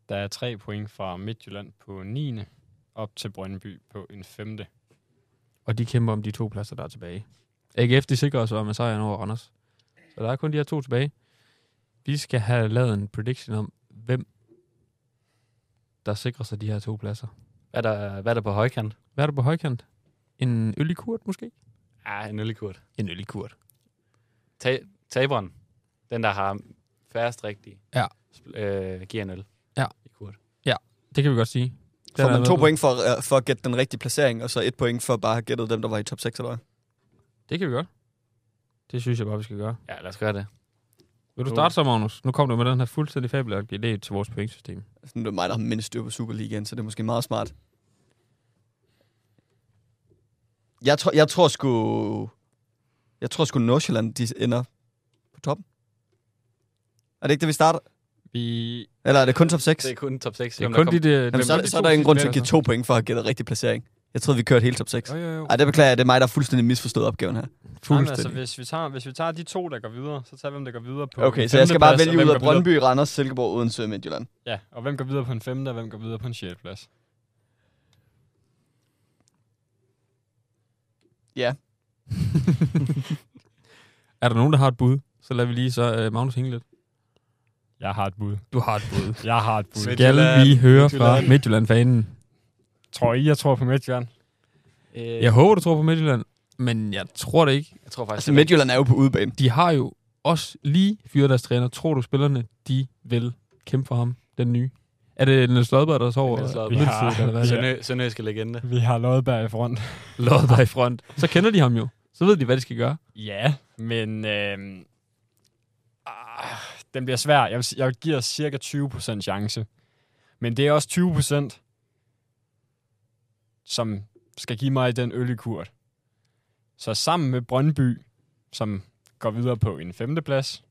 B: Der er tre point fra Midtjylland på 9. op til Brøndby på en femte.
A: Og de kæmper om de to pladser, der er tilbage. AGF, de sikrer sig med sejren over Randers. Så der er kun de her to tilbage. Vi skal have lavet en prediction om, hvem der sikrer sig de her to pladser.
D: Hvad er der, hvad er der på højkant?
A: Hvad er der på højkant? En øllikurt måske?
D: Ah, en øllekurt.
A: En øllikurt.
D: Ta- taberen, den der har færrest rigtige,
A: Ja.
D: sp- øh, giver en øl.
A: Ja.
D: I kurt.
A: Det kan vi godt sige. Den
C: Får
A: er
C: man
A: med
C: to
A: på.
C: point for, øh, for at gætte den rigtige placering, og så et point for bare at have gættet dem, der var i top 6, eller hvad?
A: Det kan vi godt. Det synes jeg bare, vi skal gøre.
D: Ja, lad os gøre det.
A: Vil du
D: Nu-
A: starte så, Magnus? Nu kom du med den her fuldstændig fabelagtige idé til vores pointsystem.
C: Sådan, Det er mig, der har mindst styr på Superligaen, så det er måske meget smart. Jeg tror, jeg tror sgu... Jeg tror sgu Nordsjælland, de ender på toppen. Er det ikke det, vi starter?
B: Vi...
C: Eller er det kun top 6?
D: Det er kun top 6.
A: Det er kun de, der,
C: Jamen, så, er, så er der ingen grund til at give to point for at gætte rigtig placering. Jeg troede, vi kørte hele top 6.
A: Jo, jo, jo.
C: Ej, det beklager jeg. Det er mig, der har fuldstændig misforstået opgaven her.
B: Nej, men altså,
A: Fuldstændig.
B: hvis vi, tager, hvis vi tager de to, der går videre, så tager vi, hvem der går videre på
C: Okay,
B: en
C: så jeg skal bare
B: femteplads, og
C: vælge
B: hvem
C: ud af
B: går videre-
C: Brøndby, Randers, Silkeborg, Odense og Midtjylland.
B: Ja, og hvem går videre på en femte, og hvem går videre på en sjette plads.
A: Er der nogen, der har et bud? Så lader vi lige så uh, Magnus hænge lidt.
B: Jeg har et bud.
A: Du har et bud.
B: Jeg har et bud.
A: Skal vi høre fra
F: Midtjylland.
A: Midtjylland-fanen?
B: Tror I, jeg tror på Midtjylland?
D: Øh,
A: Jeg håber, du tror på Midtjylland, men jeg tror det ikke.
D: jeg tror faktisk,
C: Altså,
D: det er
C: Midtjylland er jo på udebane.
A: De har jo også lige fyret deres træner. Tror du, spillerne de vil kæmpe for ham, den nye? Er det Niels Lodberg, der sover?
D: Niels Lodberg.
A: Midtjylland, eller hvad?
B: Ja.
D: Sønø- sønderjyske
A: [LAUGHS]
D: legende.
B: Vi har Lodberg i front.
A: Lodberg i front. Så kender de ham jo. Så ved de, hvad de skal gøre.
B: Ja, men... Øh, ah, den bliver svær. Jeg, vil, si- jeg giver cirka 20% chance. Men det er også 20%, som skal give mig den øllekurt. Så sammen med Brøndby, som går videre på en femteplads.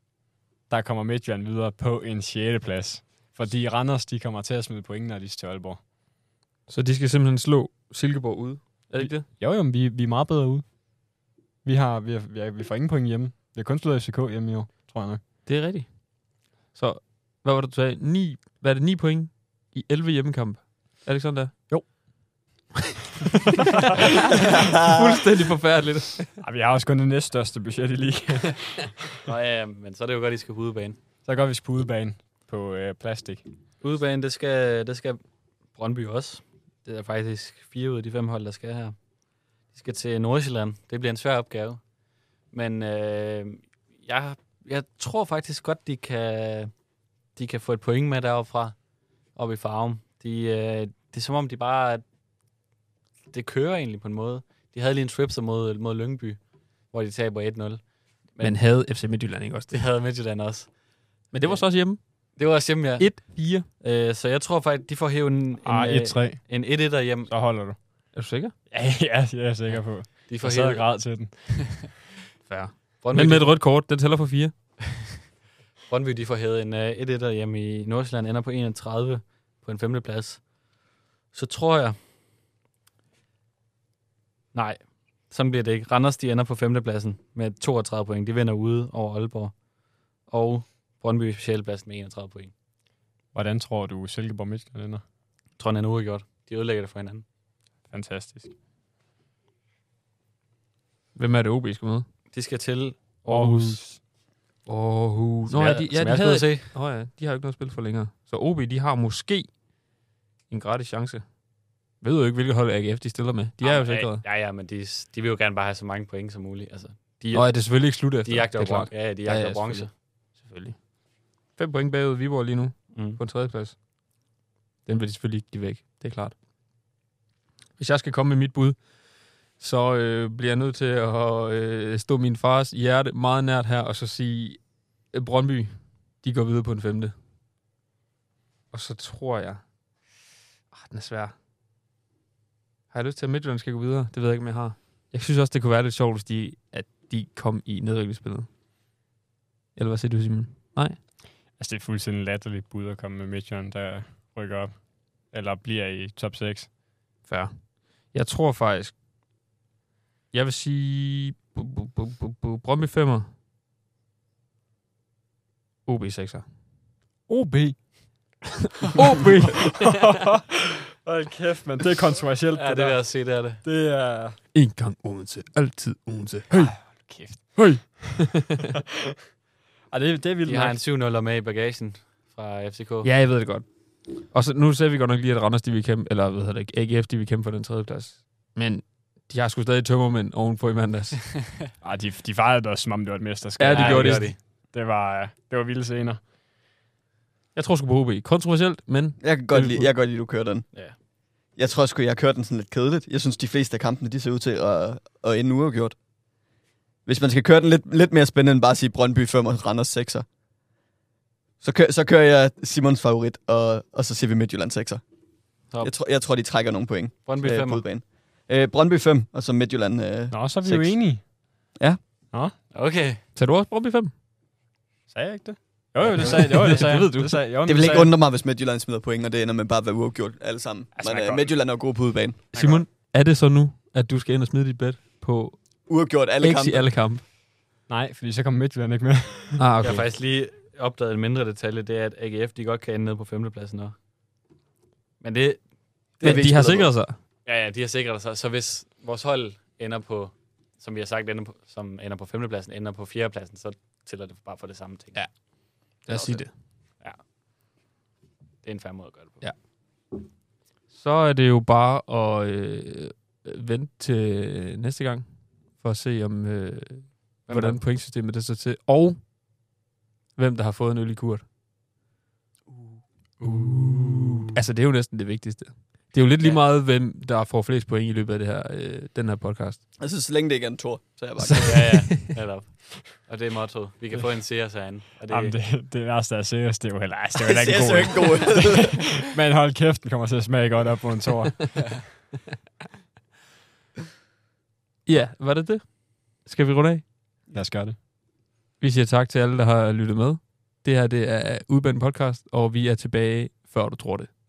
B: Der kommer Midtjylland videre på en sjetteplads. Fordi Randers, de kommer til at smide point, når de skal til Aalborg.
A: Så de skal simpelthen slå Silkeborg ude. Er det ikke det?
B: Jo, jo, men vi, vi er meget bedre ude. Vi, har, vi, har, vi, har, vi får ingen point hjemme. Vi har kun slået FCK hjemme i år, tror jeg nok.
A: Det er rigtigt. Så hvad var det, du sagde? 9, hvad er det, 9 point i 11 hjemmekampe? Er det ikke sådan der?
B: Jo.
A: [LAUGHS] Fuldstændig forfærdeligt.
B: Ej, vi har også kun det næststørste budget i ligaen.
D: Nå ja, øhm, men så er det jo godt, at I skal på udebane.
B: Så går vi på udebane på øh, plastik.
D: Udebane, det skal, det skal Brøndby også. Det er faktisk fire ud af de fem hold, der skal her. De skal til Nordsjælland. Det bliver en svær opgave. Men øh, jeg, jeg tror faktisk godt, de kan, de kan få et point med deroppe fra, oppe i Farum. De, øh, det er som om, de bare... Det kører egentlig på en måde. De havde lige en tripser mod, mod Lyngby, hvor de taber 1-0. Men-
A: Men havde FC Midtjylland ikke også
D: Det
A: det?
D: havde Midtjylland også.
A: Men det var så også hjemme.
D: Det var også hjemme, ja.
A: 1-4.
D: Øh, så jeg tror faktisk, de får hævet en, en,
B: Ah,
D: øh,
B: 1-3.
D: en 1-1'er hjem.
B: Så holder du.
A: Er du sikker?
B: [LAUGHS] Ja, ja, jeg er sikker på.
D: De får
B: Jeg sad og
D: hævet-
B: græd til den.
A: Færre.
D: Brøndby,
A: Men med
D: de,
A: et rødt kort, den tæller for 4.
D: Brøndby, de får hævet en øh, 1-1'er hjem i Nordsjælland, ender på 31 på en femteplads. Så tror jeg... Nej, sådan bliver det ikke. Randers, de ender på femtepladsen med 32 point. De vinder ude over Aalborg. Og Brøndby på sjetteplads med 31 point.
B: Hvordan tror du, Silkeborg Midtjylland ender?
D: Jeg tror, han er uafgjort. De ødelægger det for hinanden.
B: Fantastisk.
A: Hvem er det, OB skal møde?
D: De skal til
B: Aarhus.
A: Åh, Nå,
D: Som
A: ja,
D: jeg-
A: de,
D: som
A: ja, de,
D: jeg skal ud
A: havde,
D: at se.
A: Nå ja, de har jo ikke noget spil for længere. Så OB, de har måske en gratis chance. Jeg ved jo ikke, hvilket hold AGF de stiller med. De er jo
D: Jamen,
A: sikret.
D: Ja, ja, men de, de vil jo gerne bare have så mange point som muligt. Altså, de,
A: Nå, ja, det er selvfølgelig ikke slut efter.
D: de jagter
A: det
D: jo
A: er klart.
D: bronze. Ja, ja, de
A: Ja,
D: jagter
A: ja,
D: ja, ja, bronze.
A: Selvfølgelig. Fem point bagud Viborg lige nu
D: Mm.
A: på en tredjeplads. Den vil de selvfølgelig ikke give væk, det er klart. Hvis jeg skal komme med mit bud, så øh, bliver jeg nødt til at øh, stå min fars hjerte meget nært her, og så sige, øh, Brøndby, de går videre på en femte. Og så tror jeg... Ah, den er svær. Har jeg lyst til, at Midtjylland skal gå videre? Det ved jeg ikke, om jeg har. Jeg synes også, det kunne være lidt sjovt, hvis de, at de kom i nedrykningsspillet. Eller hvad siger du, Simon?
B: Altså, det er fuldstændig latterligt bud at komme med Midtjylland, der rykker op. Eller bliver i top [LAUGHS] 6.
A: Fair. Jeg tror faktisk... Jeg vil sige... Bu, bu, bu, bu, bu, Brøndby 5'er. OB 6'er. [LAUGHS]
B: OB. OB. Hold kæft, men det er kontroversielt.
D: Ja, det vil jeg også se, det er det.
B: det er...
A: En gang Odense. Altid Odense.
B: Kæft.
A: Høj!
B: Ej, det, det er vildt
D: De har en 7-0 med i bagagen fra FCK. [LAUGHS]
A: Ja, jeg ved det godt. Og så, nu ser vi godt nok lige, at Randers, de vil kæmpe, eller hvad hedder det, AGF, de vil kæmpe for den tredje plads. Men de har sgu stadig tømmermænd ovenpå i mandags.
B: Ej, de, de fejrede det også, som om det var et mesterskab.
A: Ja, det gjorde de.
B: Det var, øh, det var vilde scener.
A: Jeg tror sgu på OB. Kontroversielt, men
C: Jeg kan godt lide, jeg kan godt lide, du kører den.
D: Ja.
C: Jeg tror sgu, jeg kører den sådan lidt kedeligt. Jeg synes, de fleste af kampene, de ser ud til at, at ende uafgjort. Hvis man skal køre den lidt, lidt mere spændende end bare at sige Brøndby 5 og Randers 6'er, så, kø, så kører jeg Simons favorit, og, og så siger vi Midtjylland 6'er.
D: Top.
C: Jeg, tror, jeg tror, de trækker nogle point
D: Brøndby
C: øh,
D: 5.
C: på udebane. Øh, Brøndby 5, og så Midtjylland. Øh.
B: Nå, så er vi
C: Seks.
B: jo enige.
D: Okay.
A: tager du også Brøndby 5?
B: Sagde jeg ikke det? Jo, jo, det sagde jeg. Jo, det sagde jeg.
A: Det ved du.
B: Det, sagde, jeg. jo,
C: Det
B: men
C: vil ikke
B: sagde jeg.
C: undre mig, hvis Midtjylland smider point, og det ender med bare at være uafgjort alle sammen.
B: Altså,
C: Altså,
B: man
C: Men øh,
B: kan-
C: Midtjylland er god på udebane.
A: Simon, er det så nu, at du skal ind og smide dit bet på
C: Uafgjort alle
A: alle
C: kampe.
A: i alle kampe?
B: Nej, fordi så kom Midtjylland ikke med.
A: Ah,
D: Jeg
A: okay.
D: har faktisk lige opdaget en mindre detalje, det er, at AGF de godt kan ende nede på femtepladsen nu. Men det,
C: Det er vi
A: Men
C: ikke
A: de har
C: spillet
A: sikret sig.
D: ja, ja, de har sikret sig. Så hvis vores hold ender på, som vi har sagt, ender på, som ender på femtepladsen, ender på fjerdepladsen, så tæller det bare for det samme ting.
A: Ja. Lad os sige det.
D: Det er en færre måde at
A: [LAUGHS]
D: gøre det på.
A: Ja. Så er det jo bare at øh, vente til næste gang, for at se, om øh,
D: Hvem
A: hvordan
D: der-
A: pointsystemet det så til, og hvem der har fået en øl i kurt. Uh. Altså, det er jo næsten det vigtigste. Det er jo lidt lige
D: Ja.
A: meget, hvem der får flest point i løbet af det her, øh, den her podcast.
C: Jeg synes, så længe det ikke er en tor, så er jeg bare
D: Ja, ja, netop. Og det er mottoet. Vi kan få en seers herinde. Og det,
B: Jamen, det, det værste er seriøst, det er jo heller, altså, det er jo
C: Det
B: heller ikke en
C: ser
B: god
C: så ikke god ud.
B: idé. [LAUGHS] Men hold kæft, den kommer til at smage godt op på en tår.
A: Ja, var det det? Skal vi runde af?
B: Lad os gøre det.
A: Vi siger tak til alle, der har lyttet med. Det her det er Udbændt Podcast, og vi er tilbage, før du tror det.